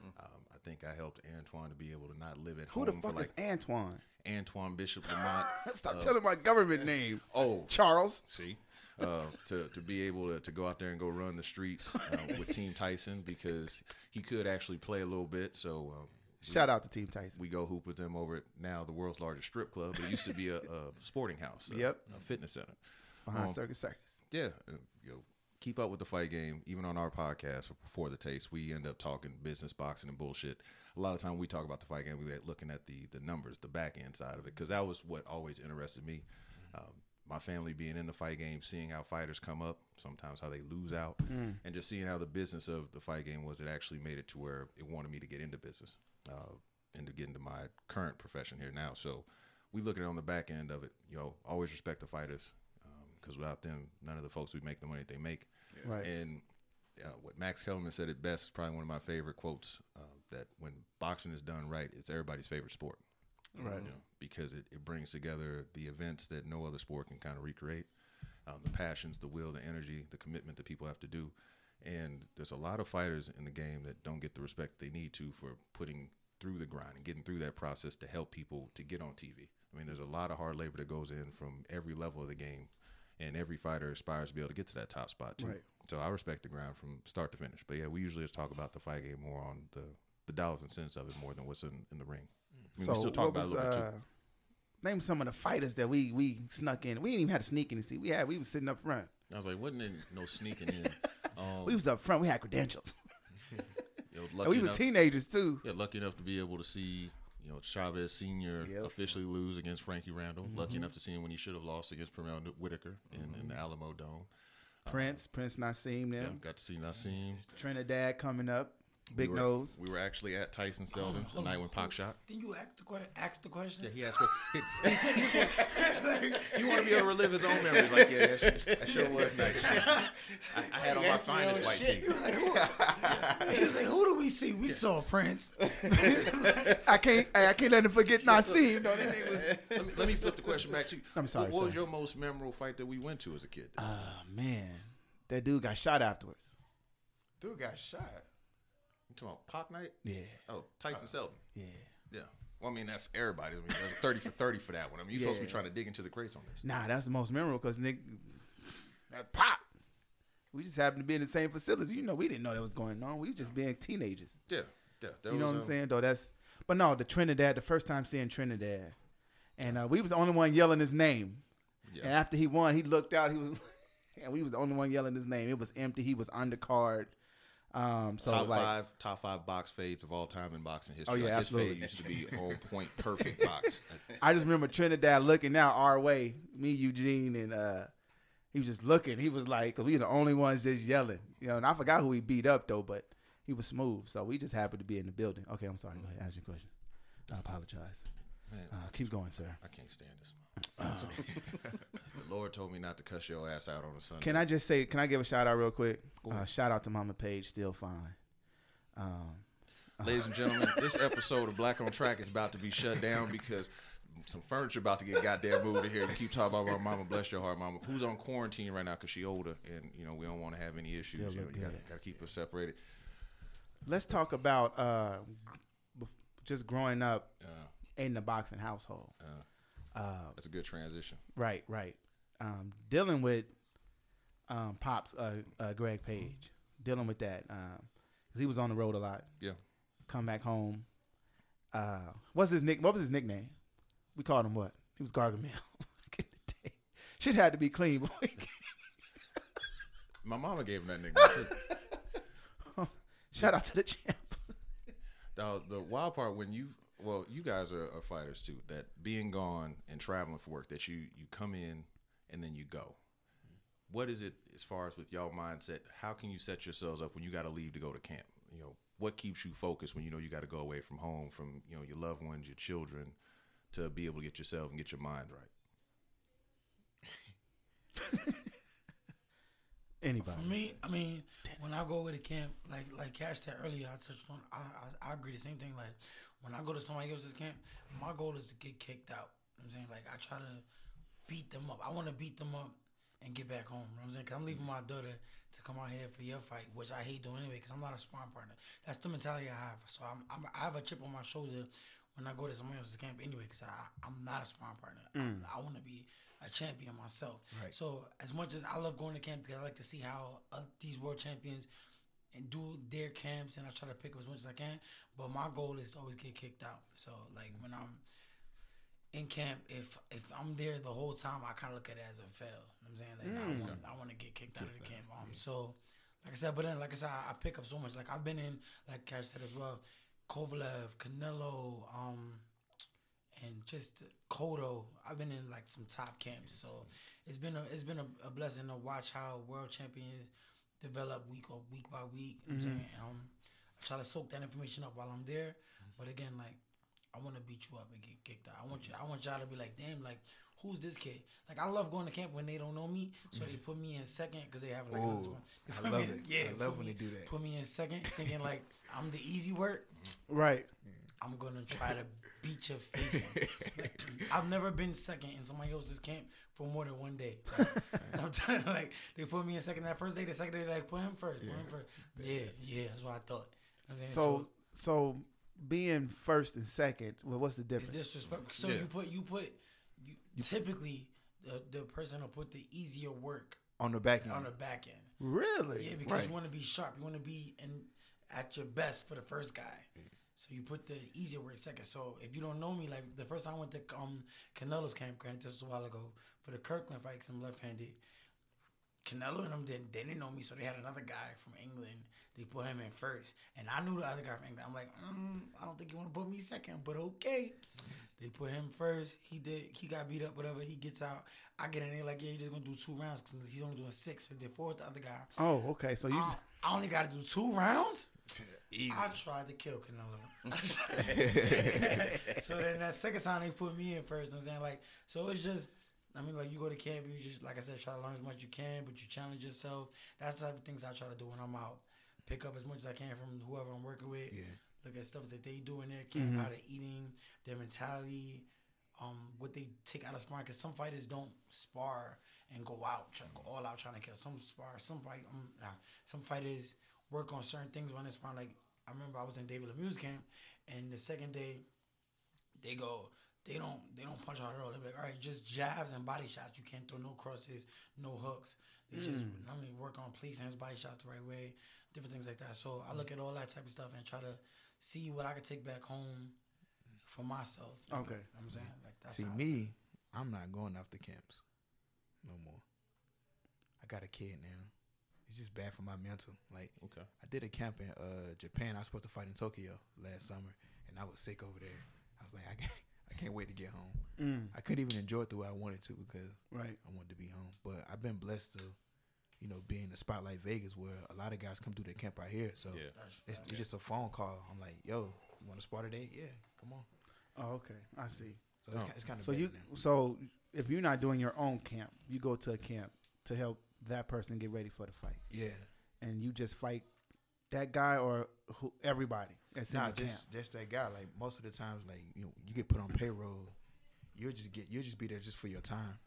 [SPEAKER 5] I think I helped Antoine to be able to not live at
[SPEAKER 1] Mm-hmm. Who the
[SPEAKER 5] home
[SPEAKER 1] fuck
[SPEAKER 5] for Oh, like
[SPEAKER 1] is Antoine?
[SPEAKER 5] Antoine Bishop Lamont.
[SPEAKER 1] Stop telling my government name.
[SPEAKER 5] oh,
[SPEAKER 1] Charles.
[SPEAKER 5] see, uh, to to be able to, to go out there and go run the streets uh, with Team Tyson because he could actually play a little bit. So um,
[SPEAKER 1] Shout out to Team Tyson.
[SPEAKER 5] we go hoop with them over at now the world's largest strip club. It used to be a, a sporting house, a-
[SPEAKER 1] Yep.
[SPEAKER 5] a fitness center.
[SPEAKER 1] Behind
[SPEAKER 5] um,
[SPEAKER 1] Circus Circus.
[SPEAKER 5] yeah, uh, you know, keep up with the fight game. Even on our podcast, before the taste, we end up talking business, boxing, and bullshit. A lot of time we talk about the fight game, we at looking at the the numbers, the back end side of it, because that was what always interested me. Um, my family being in the fight game, seeing how fighters come up, sometimes how they lose out, and just seeing how the business of the fight game was, it actually made it to where it wanted me to get into business, uh, and to get into my current profession here now. So we look at it on the back end of it. You know, always respect the fighters um, because without them, none of the folks would make the money that they make.
[SPEAKER 1] Right.
[SPEAKER 5] And uh, what Max Kellerman said it best, probably one of my favorite quotes, uh, that when boxing is done right, it's everybody's favorite sport. Right. because it, it brings together the events that no other sport can kind of recreate, um, the passions, the will, the energy, the commitment that people have to do. And there's a lot of fighters in the game that don't get the respect they need to for putting through the grind and getting through that process to help people to get on TV. I mean, there's a lot of hard labor that goes in from every level of the game and every fighter aspires to be able to get to that top spot too.
[SPEAKER 1] Right.
[SPEAKER 5] So I respect the grind from start to finish. But yeah, we usually just talk about the fight game more on the, the dollars and cents of it more than what's in, in the ring. I mean, we still talk
[SPEAKER 1] what uh,
[SPEAKER 5] about it a little bit too.
[SPEAKER 1] Name some of the fighters that we we snuck in. We didn't even have to sneak in to see. We had we was sitting up front.
[SPEAKER 5] I was like, wasn't it no sneaking in? Um,
[SPEAKER 1] We was up front. We had credentials.
[SPEAKER 5] you know,
[SPEAKER 1] And
[SPEAKER 5] lucky
[SPEAKER 1] we was
[SPEAKER 5] enough,
[SPEAKER 1] teenagers too.
[SPEAKER 5] yeah, lucky enough to be able to see you know Chavez Senior
[SPEAKER 1] Yep.
[SPEAKER 5] officially lose against Frankie Randall. Lucky enough to see him when he should have lost against Pernell Whitaker in, in the Alamo Dome.
[SPEAKER 1] Prince, Prince Nassim, them.
[SPEAKER 5] Got to see Nassim.
[SPEAKER 1] Trinidad coming up. Big
[SPEAKER 5] we were,
[SPEAKER 1] nose.
[SPEAKER 5] We were actually at Tyson Seldon
[SPEAKER 4] Oh,
[SPEAKER 5] the night when Pac shot.
[SPEAKER 4] Didn't you ask the, que- ask the question?
[SPEAKER 5] Yeah, he asked. He,
[SPEAKER 2] You want to be able to relive his own memories, like yeah, that, shit, that sure was nice. I, I had on my finest white tee.
[SPEAKER 4] He was like, who do we see? We saw Prince.
[SPEAKER 1] I can't. I, I can't let him forget Nassim.
[SPEAKER 5] no, that nigga was, let, me, let me flip the question back to you.
[SPEAKER 1] I'm sorry,
[SPEAKER 5] What, what was
[SPEAKER 1] sir.
[SPEAKER 5] your most memorable fight that we went to as a kid?
[SPEAKER 1] Oh, man, that dude got shot afterwards.
[SPEAKER 2] Dude got shot.
[SPEAKER 5] you talking about Pac night?
[SPEAKER 1] Yeah, Uh,
[SPEAKER 5] Oh, Tyson Seldon.
[SPEAKER 1] yeah.
[SPEAKER 5] Yeah. Well, I mean that's everybody's. I mean that's thirty for thirty for that one. I mean you're supposed to be
[SPEAKER 1] Yeah.
[SPEAKER 5] trying to dig into the crates on this.
[SPEAKER 1] Nah, that's the most memorable because Nick, that pop. We just happened to be in the same facility. You know, we didn't know that was going on. We was just being teenagers.
[SPEAKER 5] Yeah. Yeah. That
[SPEAKER 1] You know what I'm
[SPEAKER 5] was, um,
[SPEAKER 1] saying? Though that's, but no, the Trinidad. The first time seeing Trinidad, and uh, we was the only one yelling his name.
[SPEAKER 5] Yeah.
[SPEAKER 1] And after he won, he looked out. He was, and we was the only one yelling his name. It was empty. He was undercard. Um, so
[SPEAKER 5] top
[SPEAKER 1] like,
[SPEAKER 5] five top five box fades of all time in boxing history.
[SPEAKER 1] Oh, yeah,
[SPEAKER 5] like, his fade
[SPEAKER 1] absolutely.
[SPEAKER 5] used to be on point, perfect box.
[SPEAKER 1] I just remember Trinidad looking out our way, me, Eugene, and uh, he was just looking. He was like, 'cause we were the only ones just yelling, you know. And I forgot who he beat up though, but he was smooth. So we just happened to be in the building. Okay, I'm sorry. Go ahead, ask your question. I apologize.
[SPEAKER 5] Man.
[SPEAKER 1] Uh, keep going, sir.
[SPEAKER 5] I can't stand this.
[SPEAKER 1] Uh,
[SPEAKER 5] the Lord told me not to cuss your ass out on a Sunday.
[SPEAKER 1] Can I just say? Can I give a shout out real quick? Uh, shout out to Mama Page, still fine. Um,
[SPEAKER 5] Ladies and gentlemen, this episode of Black on Track is about to be shut down because some furniture about to get goddamn moved in here. You keep talking about my mama, bless your heart, mama, who's on quarantine right now because she older and you know we don't want to have any issues. You, know,
[SPEAKER 1] look
[SPEAKER 5] you gotta,
[SPEAKER 1] good.
[SPEAKER 5] gotta keep us separated.
[SPEAKER 1] let's talk about uh, bef- just growing up
[SPEAKER 5] Uh,
[SPEAKER 1] in the boxing household.
[SPEAKER 5] that's a good transition.
[SPEAKER 1] Right, right. Um, dealing with um, pops, uh, uh, Greg Page, dealing with that um 'cause he was on the road a lot.
[SPEAKER 5] Yeah.
[SPEAKER 1] Come back home. Uh, what's his nick? What was his nickname? We called him what? He was Gargamel. Shit had to be clean, boy.
[SPEAKER 5] My mama gave him that nigga. too.
[SPEAKER 1] Shout out to the champ.
[SPEAKER 5] Now the wild part when you well, you guys are, are fighters too. That being gone and traveling for work, that you you come in and then you go. What is it as far as with y'all mindset? How can you set yourselves up when you got to leave to go to camp? You know what keeps you focused when you know you got to go away from home, from you know your loved ones, your children, to be able to get yourself and get your mind right.
[SPEAKER 1] Anybody?
[SPEAKER 4] For me, I mean, when I go away to camp, like like Cash said earlier, I touched on, I, I I agree the same thing. Like when I go to somebody else's camp, my goal is to get kicked out. You know what I'm saying like I try to beat them up. I want to beat them up and get back home. You know what I'm saying? 'Cause I'm leaving my daughter to come out here for your fight, which I hate doing anyway. Because I'm not a sparring partner. That's the mentality I have. So I'm, I'm I have a chip on my shoulder when I go to somebody else's camp anyway. Because I I'm not a sparring partner. I, I want to be a champion myself. So as much as I love going to camp because I like to see how uh, these world champions and do their camps, and I try to pick up as much as I can. But my goal is to always get kicked out. So like when I'm in camp, if if I'm there the whole time, I kind of look at it as a fail. You know what I'm saying like I want I want to get kicked out of the camp. Um, so like I said, but then like I said, I, I pick up so much. Like I've been in like Cash said as well, Kovalev, Canelo, um, and just Kodo. I've been in like some top camps, so it's been a it's been a, a blessing to watch how world champions develop week or week by week. You know what I'm saying, and, um, I try to soak that information up while I'm there. But again, like I want to beat you up and get kicked out. I want you. I want y'all to be like, damn, like who's this kid? Like I love going to camp when they don't know me, so they put me in second because they have like this
[SPEAKER 2] Ooh,
[SPEAKER 4] one.
[SPEAKER 2] I
[SPEAKER 4] Put me
[SPEAKER 2] love
[SPEAKER 4] in-
[SPEAKER 2] it. I love
[SPEAKER 4] put
[SPEAKER 2] when
[SPEAKER 4] me-
[SPEAKER 2] they do that.
[SPEAKER 4] Put me in second, thinking like I'm the easy work.
[SPEAKER 1] Right.
[SPEAKER 4] I'm gonna try to beat your face. in. Like, I've never been second in somebody else's camp for more than one day. Like, I'm telling you, like they put me in second that first day. The second day, they're like put him first. Put him first. Yeah, yeah, that's what I thought. You know what I'm saying?
[SPEAKER 1] So, so being first and second, well, what's the
[SPEAKER 4] It's
[SPEAKER 1] difference?
[SPEAKER 4] disrespectful. So
[SPEAKER 5] Yeah.
[SPEAKER 4] you put you put you, typically the the person will put the easier work
[SPEAKER 2] On the back end.
[SPEAKER 4] on the back end.
[SPEAKER 1] really?
[SPEAKER 4] Yeah, because you want to be sharp. You want to be in at your best for the first guy. So you put the easier work second. So if you don't know me, like the first time I went to um Canelo's camp, granted this was a while ago, for the Kirkland fight, 'cause I'm left-handed. Canelo and them didn't they didn't know me, so they had another guy from England. They put him in first, and I knew the other guy from England. I'm like, mm, I don't think you want to put me second, but okay. They put him first. He did. He got beat up. Whatever. He gets out. I get in there like, yeah, you're just gonna do two rounds because he's only doing six. So they did four with the other guy.
[SPEAKER 2] Ah.
[SPEAKER 1] Oh, okay. So you.
[SPEAKER 4] I, I only got to do two rounds.
[SPEAKER 2] Easy.
[SPEAKER 4] I tried to kill Canelo. so then that second time they put me in first. You know what I'm saying like, so it's just. I mean, like you go to camp, you just like I said, try to learn as much as you can, but you challenge yourself. That's the type of things I try to do when I'm out. Pick up as much as I can from whoever I'm working with.
[SPEAKER 2] Yeah.
[SPEAKER 4] Look at stuff that they do in their camp, how they're eating, their mentality, um, what they take out of sparring. Because some fighters don't spar and go out, try, go all out trying to kill. Some spar, some fight, um, nah, some fighters work on certain things when they spar. Like I remember I was in David Lemieux's camp, and the second day they go they don't they don't punch hard at all. They're like, all right, just jabs and body shots. You can't throw no crosses, no hooks. They just normally work on placing his body shots the right way, different things like that. So I look at all that type of stuff and try to see what I can take back home for myself.
[SPEAKER 1] Okay.
[SPEAKER 4] You know what I'm saying like that's
[SPEAKER 2] See
[SPEAKER 4] how-
[SPEAKER 2] me, I'm not going off the camps no more. I got a kid now. It's just bad for my mental. Like
[SPEAKER 5] Okay.
[SPEAKER 2] I did a camp in uh, Japan. I was supposed to fight in Tokyo last summer, and I was sick over there. I was like, I can't, I can't wait to get home. I couldn't even enjoy it the way I wanted to because
[SPEAKER 1] Mm, Right.
[SPEAKER 2] I wanted to be home. But I've been blessed to, you know, be in the spotlight Vegas where a lot of guys come through their camp right here. So
[SPEAKER 5] Yeah.
[SPEAKER 4] That's
[SPEAKER 2] it's, it's just a phone call. I'm like, yo, you want to spar today? Yeah, come on.
[SPEAKER 1] Oh, okay. I see.
[SPEAKER 2] So it's, ki- it's kind of
[SPEAKER 1] So you so if you're not doing your own camp, you go to a camp to help that person get ready for the fight,
[SPEAKER 2] yeah.
[SPEAKER 1] and you just fight that guy or who, everybody that's in
[SPEAKER 2] Nah,
[SPEAKER 1] the camp.
[SPEAKER 2] just just that guy. Like most of the times, like you know, you get put on payroll, you'll just get you'll just be there just for your time.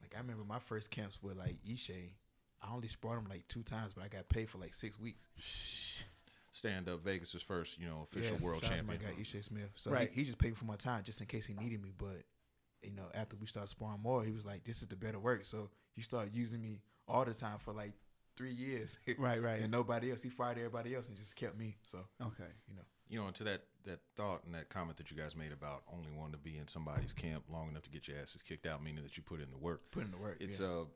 [SPEAKER 2] Like I remember my first camps with like Ishay, I only sparred him like two times, but I got paid for like six weeks.
[SPEAKER 5] Stand up Vegas' first, you know, official
[SPEAKER 2] Yeah,
[SPEAKER 5] world
[SPEAKER 2] shout out to
[SPEAKER 5] champion.
[SPEAKER 2] My guy Ishay Smith. So
[SPEAKER 1] Right.
[SPEAKER 2] he, he just paid me for my time just in case he needed me. But you know, after we started sparring more, he was like, "This is the better work." So he started using me all the time for like three years.
[SPEAKER 1] Right, right.
[SPEAKER 2] and nobody else. He fired everybody else and just kept me. So
[SPEAKER 1] Okay.
[SPEAKER 2] you know,
[SPEAKER 5] you know, and to that that thought and that comment that you guys made about only wanting to be in somebody's camp long enough to get your asses kicked out, meaning that you put in the work.
[SPEAKER 2] Put in the work,
[SPEAKER 5] It's a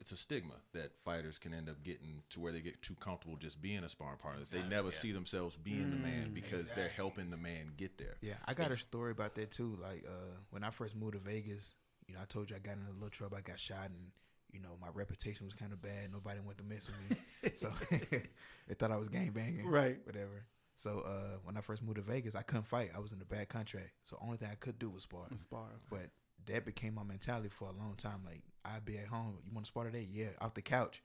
[SPEAKER 5] it's a stigma that fighters can end up getting to where they get too comfortable just being a sparring partner. They never see themselves being the man
[SPEAKER 1] Mm,
[SPEAKER 5] because they're helping the man get there.
[SPEAKER 2] Yeah, I got a story about that too. Like uh, when I first moved to Vegas, you know, I told you I got in a little trouble. I got shot, and you know, my reputation was kind of bad. Nobody wanted to mess with me, so they thought I was gang banging,
[SPEAKER 1] Right.
[SPEAKER 2] Whatever. So uh, when I first moved to Vegas, I couldn't fight. I was in a bad contract, so only thing I could do was spar.
[SPEAKER 1] Spar.
[SPEAKER 2] But that became my mentality for a long time. Like I'd be at home. You want to spar today? Yeah, off the couch.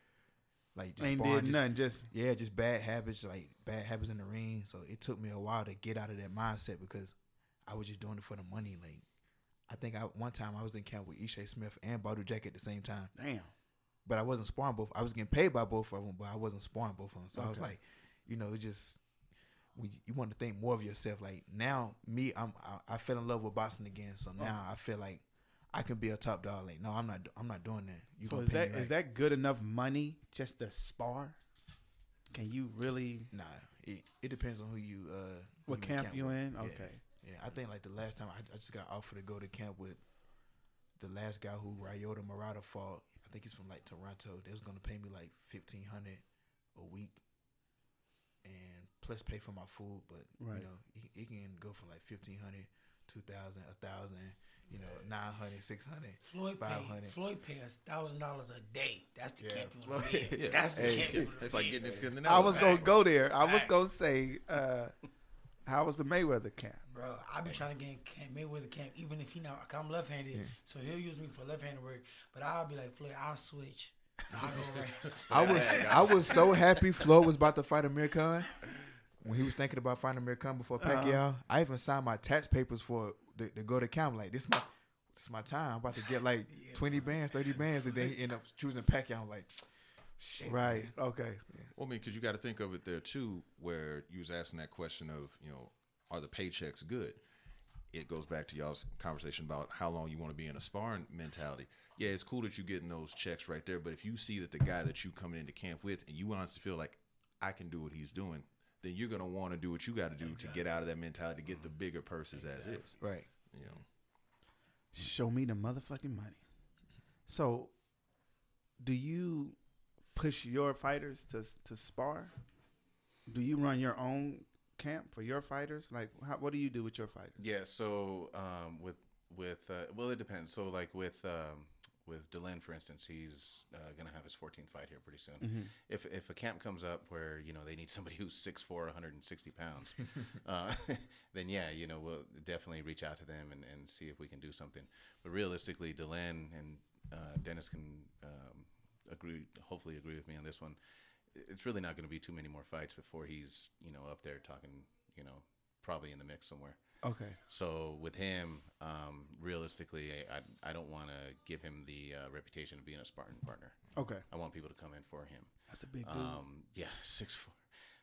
[SPEAKER 2] Like just
[SPEAKER 1] Ain't
[SPEAKER 2] sparring,
[SPEAKER 1] did
[SPEAKER 2] just-
[SPEAKER 1] nothing. Just
[SPEAKER 2] yeah, just bad habits, like bad habits in the ring. So it took me a while to get out of that mindset because I was just doing it for the money. Like I think I one time I was in camp with Ishay Smith and Baldur Jack at the same time,
[SPEAKER 1] damn.
[SPEAKER 2] but I wasn't sparring both. I was getting paid by both of them, but I wasn't sparring both of them. So I was
[SPEAKER 1] Okay.
[SPEAKER 2] like, you know, it just when you want to think more of yourself. Like now, me, I'm I, I fell in love with boxing again. So now
[SPEAKER 1] Oh.
[SPEAKER 2] I feel like I can be a top dog. Like no, I'm not. I'm not doing that. You
[SPEAKER 1] So
[SPEAKER 2] gonna
[SPEAKER 1] is
[SPEAKER 2] pay
[SPEAKER 1] that
[SPEAKER 2] me
[SPEAKER 1] is
[SPEAKER 2] right.
[SPEAKER 1] that good enough money just to spar? Can you really?
[SPEAKER 2] Nah, it, it depends on who you uh who
[SPEAKER 4] Mm,
[SPEAKER 1] What camp you
[SPEAKER 2] with.
[SPEAKER 1] in?
[SPEAKER 2] Yeah.
[SPEAKER 1] Okay.
[SPEAKER 2] Yeah, I think like the last time I, I just got offered to go to camp with the last guy who Ryota Murata fought. I think he's from like Toronto. They was gonna pay me like fifteen hundred a week, and plus pay for my food. But
[SPEAKER 1] Right.
[SPEAKER 2] you know, it, it can go from like 1500 2000 1000 you know, 900 600
[SPEAKER 4] Floyd paid
[SPEAKER 2] 500
[SPEAKER 4] Floyd paid us thousand dollars a day. That's the
[SPEAKER 2] Yeah,
[SPEAKER 4] camp you want
[SPEAKER 2] Floyd-
[SPEAKER 4] to be.
[SPEAKER 5] Yeah.
[SPEAKER 4] in. That's the
[SPEAKER 2] Hey,
[SPEAKER 4] camp you want
[SPEAKER 5] It's
[SPEAKER 4] to
[SPEAKER 5] like
[SPEAKER 4] be. in.
[SPEAKER 5] getting into the
[SPEAKER 1] I was gonna
[SPEAKER 4] Right.
[SPEAKER 1] go there. I was
[SPEAKER 4] Right.
[SPEAKER 1] gonna say, uh, how was the Mayweather camp?
[SPEAKER 4] Bro, I be trying to get in camp, Mayweather camp, even if he not, like, I'm left-handed, so he'll use me for left-handed work. But I'll be like, Floyd, I'll switch. I'll go right.
[SPEAKER 2] I was I was so happy Flo was about to fight Amir Khan when he was thinking about fighting Amir Khan before Pacquiao. I even signed my tax papers for to, to go to camp. Like this my this my time. I'm about to get like twenty bands, thirty bands, and then he end up choosing Pacquiao. I'm like, shit.
[SPEAKER 1] Right. Okay.
[SPEAKER 5] Well, I mean, because you got to think of it there too, where you was asking that question of, you know, are the paychecks good? It goes back to y'all's conversation about how long you want to be in a sparring mentality. Yeah, it's cool that you getting those checks right there, but if you see that the guy that you coming into camp with and you honestly feel like I can do what he's doing, then you're gonna want to do what you got to do to get out of that mentality, to get the bigger purses as is.
[SPEAKER 2] Right.
[SPEAKER 5] You know,
[SPEAKER 1] Show me the motherfucking money. So, do you push your fighters to to spar? Do you run your own camp for your fighters? Like, how, what do you do with your fighters?
[SPEAKER 3] Yeah. So um, with with uh, well, it depends. So like with um, with Delenn, for instance, he's uh, gonna have his 14th fight here pretty soon. If if a camp comes up where you know they need somebody who's 6'4", 160 pounds, uh, then yeah, you know we'll definitely reach out to them and, and see if we can do something. But realistically, Delenn and uh, Dennis can um, agree, hopefully agree with me on this one. It's really not going to be too many more fights before he's you know up there talking, you know, probably in the mix somewhere.
[SPEAKER 1] Okay.
[SPEAKER 3] So with him, um, realistically, I, I, I don't want to give him the uh, reputation of being a Spartan partner.
[SPEAKER 1] Okay.
[SPEAKER 3] I want people to come in for him.
[SPEAKER 1] That's a big dude.
[SPEAKER 4] Oh,
[SPEAKER 3] Um, yeah, six four,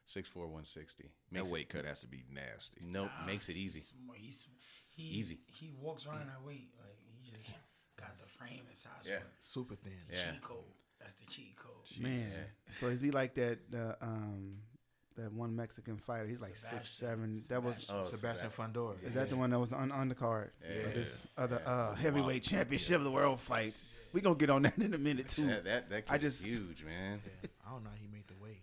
[SPEAKER 3] six four, one sixty.
[SPEAKER 5] That
[SPEAKER 3] Makes
[SPEAKER 5] weight cut has to be nasty.
[SPEAKER 3] It, no, makes it easy.
[SPEAKER 4] Sm- He's he
[SPEAKER 3] Easy.
[SPEAKER 4] He walks around that weight like he just got the frame and size
[SPEAKER 3] Yeah.
[SPEAKER 4] for it.
[SPEAKER 2] Super thin.
[SPEAKER 3] Yeah.
[SPEAKER 4] cheat code. That's the cheat code.
[SPEAKER 1] Man. So is he like that uh, um that one Mexican fighter? He's like six
[SPEAKER 4] Sebastian.
[SPEAKER 1] seven. That was
[SPEAKER 4] Sebastian.
[SPEAKER 3] Oh,
[SPEAKER 2] Sebastian Fandora.
[SPEAKER 1] is that the one that was on undercard
[SPEAKER 3] Yeah.
[SPEAKER 1] of this other uh, heavyweight championship of the world fight? We gonna get on that in a minute too.
[SPEAKER 3] That that, that
[SPEAKER 1] I
[SPEAKER 3] kid's
[SPEAKER 1] just-
[SPEAKER 3] huge man.
[SPEAKER 2] I don't know how he made the weight.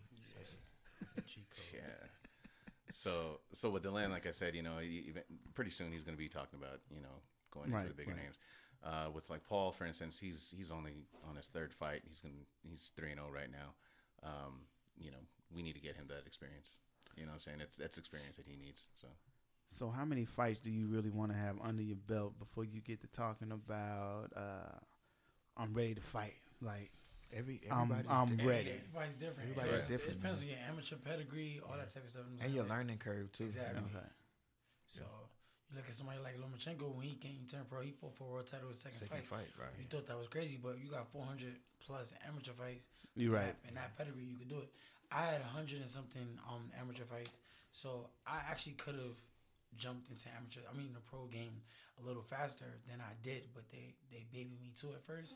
[SPEAKER 2] Cheat
[SPEAKER 3] Yeah.
[SPEAKER 2] code.
[SPEAKER 3] So so with Delenn, like I said, you know, e- even, pretty soon he's going to be talking about you know going into
[SPEAKER 1] Right,
[SPEAKER 3] the bigger
[SPEAKER 1] right.
[SPEAKER 3] names. Uh, with like Paul, for instance, he's he's only on his third fight. He's going he's three and zero right now. Um, you know, we need to get him that experience. You know, what I'm saying that's that's experience that he needs. So
[SPEAKER 1] So how many fights do you really want to have under your belt before you get to talking about uh, I'm ready to fight? Like
[SPEAKER 2] Every
[SPEAKER 1] I'm
[SPEAKER 2] everybody.
[SPEAKER 1] I'm ready.
[SPEAKER 4] Everybody's different.
[SPEAKER 2] Everybody's
[SPEAKER 4] It-
[SPEAKER 2] different,
[SPEAKER 4] It depends on your amateur pedigree, all that type of stuff.
[SPEAKER 2] And your learning curve too.
[SPEAKER 4] Exactly.
[SPEAKER 1] Okay.
[SPEAKER 4] So you look at somebody like Lomachenko when he came turn pro, he fought for a world title his second,
[SPEAKER 5] Second
[SPEAKER 4] fight.
[SPEAKER 5] fight, right?
[SPEAKER 4] You thought that was crazy, but you got 400 plus amateur fights.
[SPEAKER 1] You're right.
[SPEAKER 4] And that pedigree, you could do it. I had 100 and something um, amateur fights, so I actually could have jumped into amateur. I mean, the pro game a little faster than I did, but they they babied me too at first,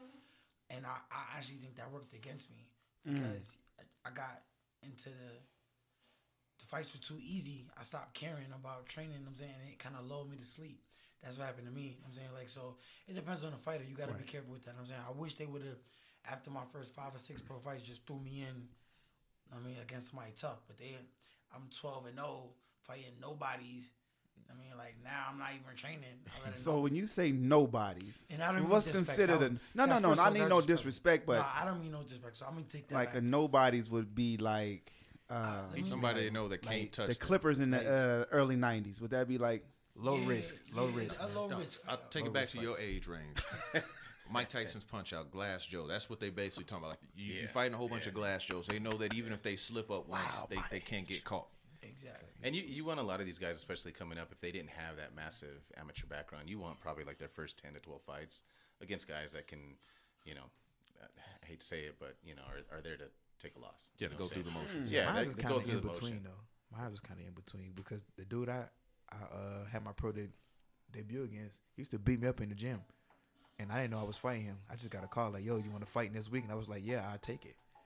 [SPEAKER 4] and I, I actually think that worked against me because I, I got into the the fights were too easy. I stopped caring about training. you know what I'm saying it kind of lulled me to sleep. That's what happened to me. you know what I'm saying like so. It depends on the fighter. You got to be careful with that. you know what I'm saying I wish they would have after my first five or six pro fights just threw me in. I mean against somebody tough, but then I'm 12 and 0 fighting nobodies. I mean like now I'm not even training. I let it
[SPEAKER 1] So when you say nobodies,
[SPEAKER 4] and I don't mean
[SPEAKER 1] what's
[SPEAKER 4] disrespect.
[SPEAKER 1] considered
[SPEAKER 4] I
[SPEAKER 1] a
[SPEAKER 4] don't-
[SPEAKER 1] no no
[SPEAKER 4] that's
[SPEAKER 1] no? I
[SPEAKER 4] personal,
[SPEAKER 1] need
[SPEAKER 4] that's
[SPEAKER 1] no
[SPEAKER 4] just-
[SPEAKER 1] disrespect, but
[SPEAKER 4] no, I don't mean no disrespect. So I'm gonna take that
[SPEAKER 1] like
[SPEAKER 4] back.
[SPEAKER 1] the nobodies would be like uh,
[SPEAKER 4] Let me-
[SPEAKER 5] Somebody they know that can't touch
[SPEAKER 1] the
[SPEAKER 5] them.
[SPEAKER 1] Clippers in the uh, early '90s. Would that be like?
[SPEAKER 2] Low
[SPEAKER 4] Yeah,
[SPEAKER 2] risk. Low
[SPEAKER 4] yeah,
[SPEAKER 2] risk.
[SPEAKER 4] A
[SPEAKER 2] man.
[SPEAKER 4] low
[SPEAKER 5] No,
[SPEAKER 4] risk.
[SPEAKER 5] I'll
[SPEAKER 4] fight.
[SPEAKER 5] take it back to your age range. Mike Tyson's punch out, Glass Joe. That's what they basically talking about. Like you,
[SPEAKER 3] Yeah,
[SPEAKER 5] you're fighting a whole bunch of Glass Joes. They know that even if they slip up once,
[SPEAKER 1] Wow,
[SPEAKER 5] they,
[SPEAKER 1] my
[SPEAKER 5] they can't get caught.
[SPEAKER 4] Exactly.
[SPEAKER 3] and you you want a lot of these guys, especially coming up, if they didn't have that massive amateur background, you want probably like their first ten to twelve fights against guys that can, you know, I hate to say it, but you know, are, are there to take a loss.
[SPEAKER 5] Yeah,
[SPEAKER 3] You
[SPEAKER 5] to
[SPEAKER 3] know
[SPEAKER 5] go
[SPEAKER 3] what
[SPEAKER 5] through
[SPEAKER 3] I'm
[SPEAKER 5] the
[SPEAKER 3] saying?
[SPEAKER 5] motions.
[SPEAKER 3] Yeah,
[SPEAKER 2] mine
[SPEAKER 3] that-
[SPEAKER 2] was
[SPEAKER 3] they
[SPEAKER 2] kind
[SPEAKER 3] go
[SPEAKER 2] of
[SPEAKER 3] through
[SPEAKER 2] in
[SPEAKER 3] the
[SPEAKER 2] between
[SPEAKER 3] motion.
[SPEAKER 2] though. Mine was kind of in between because the dude I I uh, had my pro de- debut against he used to beat me up in the gym, and I didn't know I was fighting him. I just got a call like, "Yo, you want to fight next week?" And I was like, "Yeah, I'll take it."